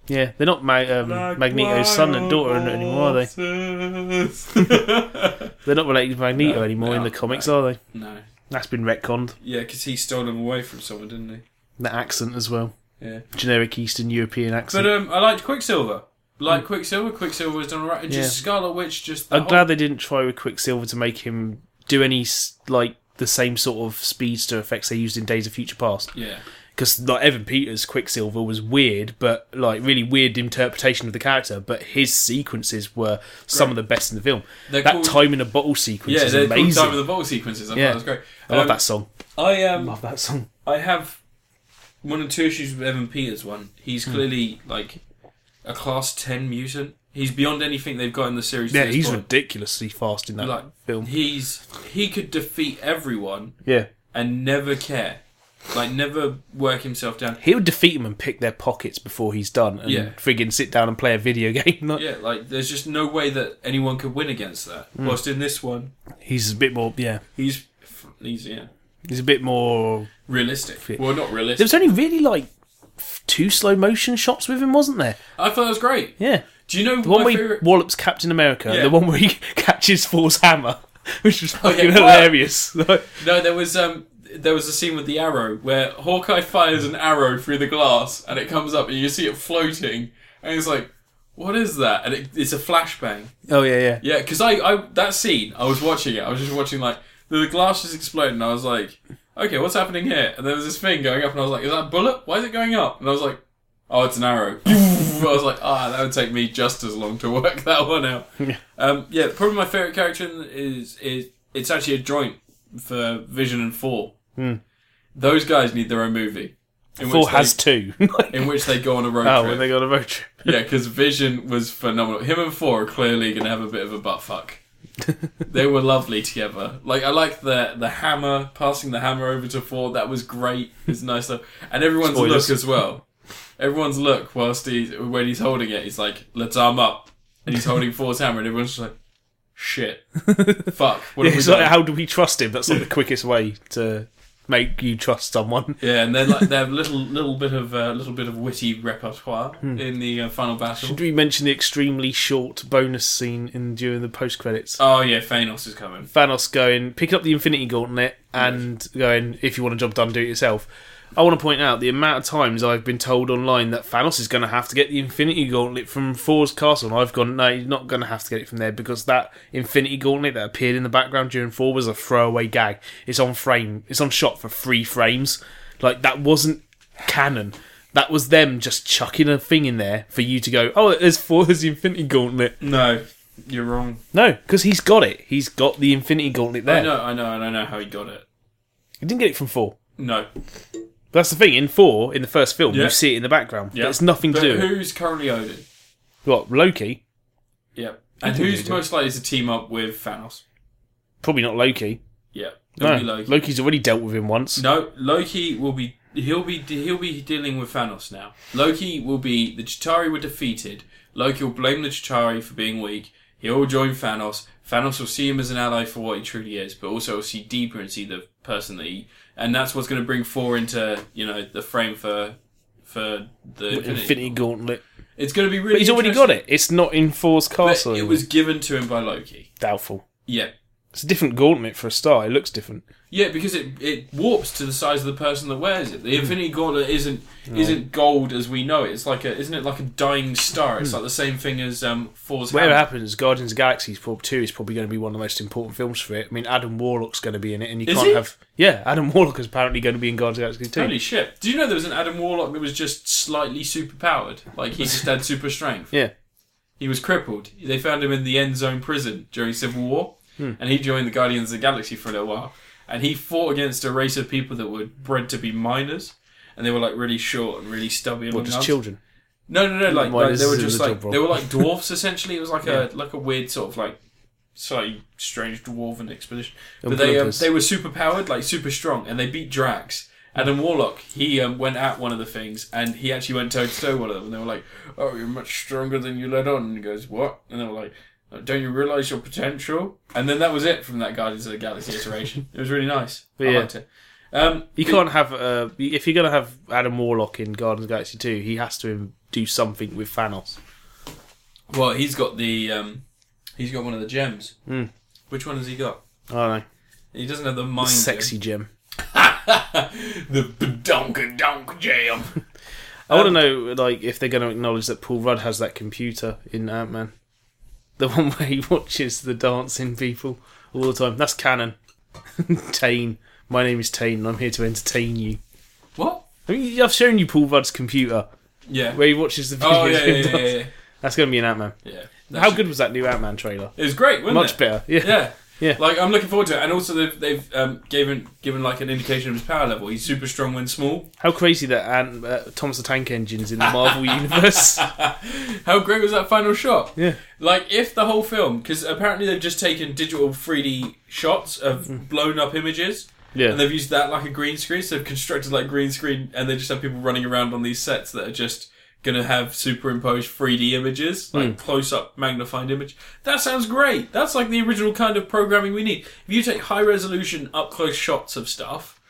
S2: Yeah, they're not Ma- um, Magneto's son and daughter anymore, are they?
S1: they?
S2: They're not related to Magneto
S1: No,
S2: anymore
S1: they
S2: in the
S1: aren't,
S2: comics, are they?
S1: no.
S2: That's been retconned.
S1: Yeah, because he stole them away from someone, didn't
S2: That accent as well.
S1: he? Yeah.
S2: Generic Eastern European accent.
S1: But um, I liked Quicksilver. Like Quicksilver, Quicksilver was done right. And just
S2: Mm. Yeah.
S1: Scarlet Witch, just the
S2: I'm
S1: whole-
S2: glad they didn't try with Quicksilver to make him do any, s- like, the same sort of speedster effects they used in Days of Future Past.
S1: Yeah,
S2: Because, like, Evan Peters' Quicksilver was weird, but, like, really weird interpretation of the character, but his sequences were some of the best in the film.
S1: They're
S2: that
S1: called-
S2: time in a bottle sequence
S1: yeah.
S2: is
S1: They're called
S2: amazing.
S1: Time of the Bottle sequences. I
S2: Yeah.
S1: thought that was great.
S2: I love
S1: Um,
S2: that song.
S1: I um,
S2: love that song.
S1: I have one or two issues with Evan Peters. One, he's
S2: Hmm.
S1: clearly like a class ten mutant. He's beyond anything they've got in the series. to
S2: Yeah,
S1: this
S2: he's
S1: point.
S2: ridiculously fast in that
S1: like
S2: film.
S1: he's he could defeat everyone
S2: Yeah.
S1: and never care, like never work himself down.
S2: He would defeat them and pick their pockets before he's done, and
S1: Yeah.
S2: friggin' sit down and play a video game. Like,
S1: Yeah, like there's just no way that anyone could win against that.
S2: Hmm.
S1: Whilst in this one,
S2: He's a bit more, yeah.
S1: he's he's yeah
S2: He's a bit more.
S1: realistic. Well, not
S2: There
S1: realistic.
S2: was only really like f- two slow motion shots with him, wasn't there?
S1: I thought that was great.
S2: Yeah,
S1: Do you know
S2: the one
S1: my
S2: where
S1: favorite?
S2: he wallops Captain America, and
S1: Yeah. Oh,
S2: the one where he catches Thor's hammer, which was fucking
S1: yeah.
S2: hilarious. Like,
S1: No, there was um, there was a scene with the arrow where Hawkeye fires an arrow through the glass, and it comes up, and you see it floating, and it's like, what is that? And it, it's a flashbang.
S2: oh yeah, yeah.
S1: Yeah, because I, I that scene, I was watching it. I was just watching like the glass just exploded, and I was like, okay, what's happening here? And there was this thing going up, and I was like, is that a bullet? Why is it going up? And I was like. Oh, it's an arrow. I was like, ah, that would take me just as long to work that one out.
S2: Yeah.
S1: Um, yeah, probably my favorite character in- is is it's actually a joint for Vision and Four.
S2: Hmm.
S1: Those guys need their own movie. In
S2: Thor
S1: which
S2: has
S1: they,
S2: two.
S1: in which they go on a road
S2: oh, when
S1: trip.
S2: they go on a road trip.
S1: Yeah, because Vision was phenomenal. Him and Four are clearly going to have a bit of a butt fuck. they were lovely together. Like I like the the hammer passing the hammer over to Four. That was great. It's nice stuff. And everyone's
S2: Spoilers.
S1: look as well. Everyone's look whilst he's when he's holding it, he's like, "Let's arm up," and he's holding Four's hammer, and everyone's just like, shit, fuck. What have we
S2: It's
S1: done?
S2: like, how do we trust him? That's not the quickest way to make you trust someone.
S1: yeah, and they're like they have little little bit of uh, little bit of witty repertoire
S2: Hmm.
S1: in the uh, final battle.
S2: Did we mention the extremely short bonus scene in during the post credits?
S1: Oh yeah, Thanos is coming.
S2: Thanos going, picking up the Infinity Gauntlet and going, if you want a job done, do it yourself. I want to point out the amount of times I've been told online that Thanos is going to have to get the Infinity Gauntlet from Thor's castle. And I've gone, no, you're not going to have to get it from there because that Infinity Gauntlet that appeared in the background during Thor was a throwaway gag. It's on frame, it's on shot for three frames. Like, that wasn't canon. That was them just chucking a thing in there for you to go, oh, there's Thor's Infinity Gauntlet.
S1: No, you're wrong.
S2: No, because he's got it. He's got the Infinity Gauntlet there.
S1: I know, I know, and I know how he got it.
S2: You didn't get it from four.
S1: No,
S2: That's the thing. In four, in the first film,
S1: Yeah.
S2: you see it in the background.
S1: yeah,
S2: But it's nothing
S1: But
S2: to do. with
S1: Who's currently Odin?
S2: What Loki?
S1: Yep. And
S2: think
S1: who's
S2: they do.
S1: most likely to team up with Thanos?
S2: Probably not Loki.
S1: Yeah,
S2: No,
S1: it'll be Loki.
S2: Loki's already dealt with him once.
S1: No, Loki will be. He'll be. He'll be dealing with Thanos now. Loki will be. The Chitari were defeated. Loki will blame the Chitari for being weak. He'll join Thanos. Thanos will see him as an ally for what he truly is, but also will see deeper and see the person that he. And that's what's going to bring Thor into you know the frame for for the
S2: Infinity,
S1: Infinity.
S2: Gauntlet.
S1: It's going to be really.
S2: But he's already got it. It's not in Thor's castle.
S1: But it was given to him by Loki.
S2: doubtful.
S1: Yeah.
S2: It's a different gauntlet for a star. It looks different.
S1: Yeah, because it it warps to the size of the person that wears it. The
S2: Hmm.
S1: Infinity Gauntlet isn't isn't gold as we know it. It's like a isn't it like a dying star?
S2: Hmm.
S1: It's like the same thing as um Thor's
S2: Whatever
S1: hammer.
S2: happens, Guardians of the Galaxy is prob- two is probably going to be one of the most important films for it. I mean, Adam Warlock's going to be in it, and you
S1: Is
S2: can't
S1: he?
S2: have yeah. Adam Warlock is apparently going to be in Guardians of the Galaxy two.
S1: Holy shit! Did you know there was an Adam Warlock that was just slightly superpowered? Like he just had super strength.
S2: Yeah.
S1: He was crippled. They found him in the end zone prison during Civil War,
S2: Hmm.
S1: and he joined the Guardians of the Galaxy for a little while. And he fought against a race of people that were bred to be miners, and they were like really short and really stubby.
S2: Or
S1: and
S2: just children.
S1: No, no, no. Like,
S2: Why
S1: like
S2: this
S1: they were
S2: is
S1: just
S2: the
S1: like
S2: job role.
S1: they were like dwarfs. Essentially, it was like a like a weird sort of like slightly strange dwarven expedition. But they um,
S2: Umbilikas.
S1: they were super powered, like super strong, and they beat Drax. Adam Warlock, he um, went at one of the things, and he actually went toe to toe with one of them. And they were like, "Oh, you're much stronger than you let on." And he goes, "What?" And they were like, "Oh, "Don't you realize your potential?" And then that was it from that Guardians of the Galaxy iteration. It was really nice. I
S2: Yeah.
S1: liked it. Um,
S2: You can't have uh, if you're going to have Adam Warlock in Guardians of the Galaxy two, he has to do something with Thanos.
S1: well, he's got the um, he's got one of the gems.
S2: Mm.
S1: Which one has he got?
S2: I don't know,
S1: He doesn't have the mind.
S2: sexy gem.
S1: the badonka donk jam.
S2: I
S1: Um,
S2: want to know like if they're going to acknowledge that Paul Rudd has that computer in Ant Man, the one where he watches the dancing people all the time. That's canon. Tane, my name is Tane, and I'm here to entertain you.
S1: What?
S2: I mean, I've shown you Paul Rudd's computer
S1: Yeah.
S2: where he watches the videos.
S1: Oh yeah,
S2: of
S1: yeah, yeah,
S2: dancing.
S1: yeah.
S2: That's going to be an Ant Man.
S1: yeah.
S2: How
S1: That's-
S2: good was that new Ant Man trailer?
S1: It was great, wasn't
S2: Much
S1: it?
S2: better. Yeah.
S1: Yeah.
S2: Yeah.
S1: Like I'm looking forward to it, and also they've they've um, given given like an indication of his power level. He's super strong when small.
S2: How crazy that Ant, uh, Thomas the Tank Engine's in the Marvel universe.
S1: How great was that final shot?
S2: Yeah.
S1: Like if the whole film, because apparently they've just taken digital 3D shots of blown up images.
S2: Yeah.
S1: And they've used that like a green screen, so they've constructed like green screen, and they just have people running around on these sets that are just gonna have superimposed 3D images, like close up magnified image. That sounds great. That's like the original kind of programming we need. If you take high resolution up close shots of stuff,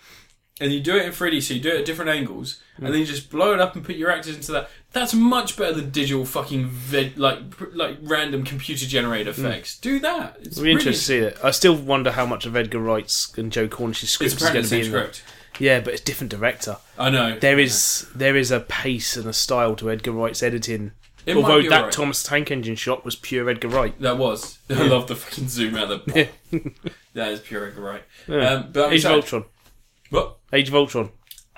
S1: and you do it in 3D, so you do it at different angles,
S2: Hmm.
S1: and then you just blow it up and put your actors into that. That's much better than digital fucking ve- like pr- like random computer generated effects. Do that. It's
S2: Hmm. It'll be interesting
S1: really-
S2: to see it. I still wonder how much of Edgar Wright's and Joe Cornish's
S1: It's
S2: script is
S1: apparently
S2: going
S1: the
S2: to be
S1: same
S2: in there.
S1: script.
S2: Yeah, but it's different director.
S1: I know.
S2: There is there is a pace and a style to Edgar Wright's editing.
S1: It might
S2: Although
S1: be
S2: that
S1: alright.
S2: Thomas the Tank Engine shot was pure Edgar Wright.
S1: That was. I love the fucking zoom out. The that is pure Edgar Wright. Um, but I'm
S2: Age of
S1: excited.
S2: Ultron.
S1: But
S2: Age of Ultron.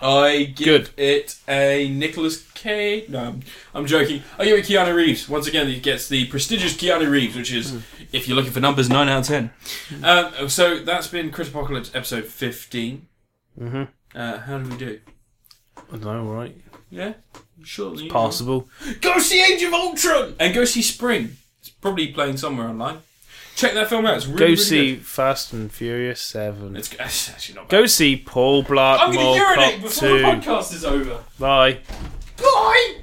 S1: I
S2: Good.
S1: give it a Nicholas K. No, I'm- I'm joking. I give it Keanu Reeves. Once again, he gets the prestigious Keanu Reeves, which is,
S2: Hmm.
S1: if you're looking for numbers, nine out of ten. Um, so that's been Chris Apocalypse episode 15 Mm-hmm. Uh, how do we do?
S2: I don't know, right?
S1: Yeah, sure. than usual.
S2: Passable.
S1: Go see Age of Ultron and go see Spring. It's probably playing somewhere online. Check that film out. It's really
S2: Go
S1: really
S2: see
S1: good.
S2: Fast and Furious Seven.
S1: It's, it's actually not bad.
S2: Go see Paul Blart
S1: I'm going
S2: Mall
S1: to urinate
S2: Cop
S1: before the
S2: Two.
S1: podcast is over.
S2: Bye.
S1: Bye!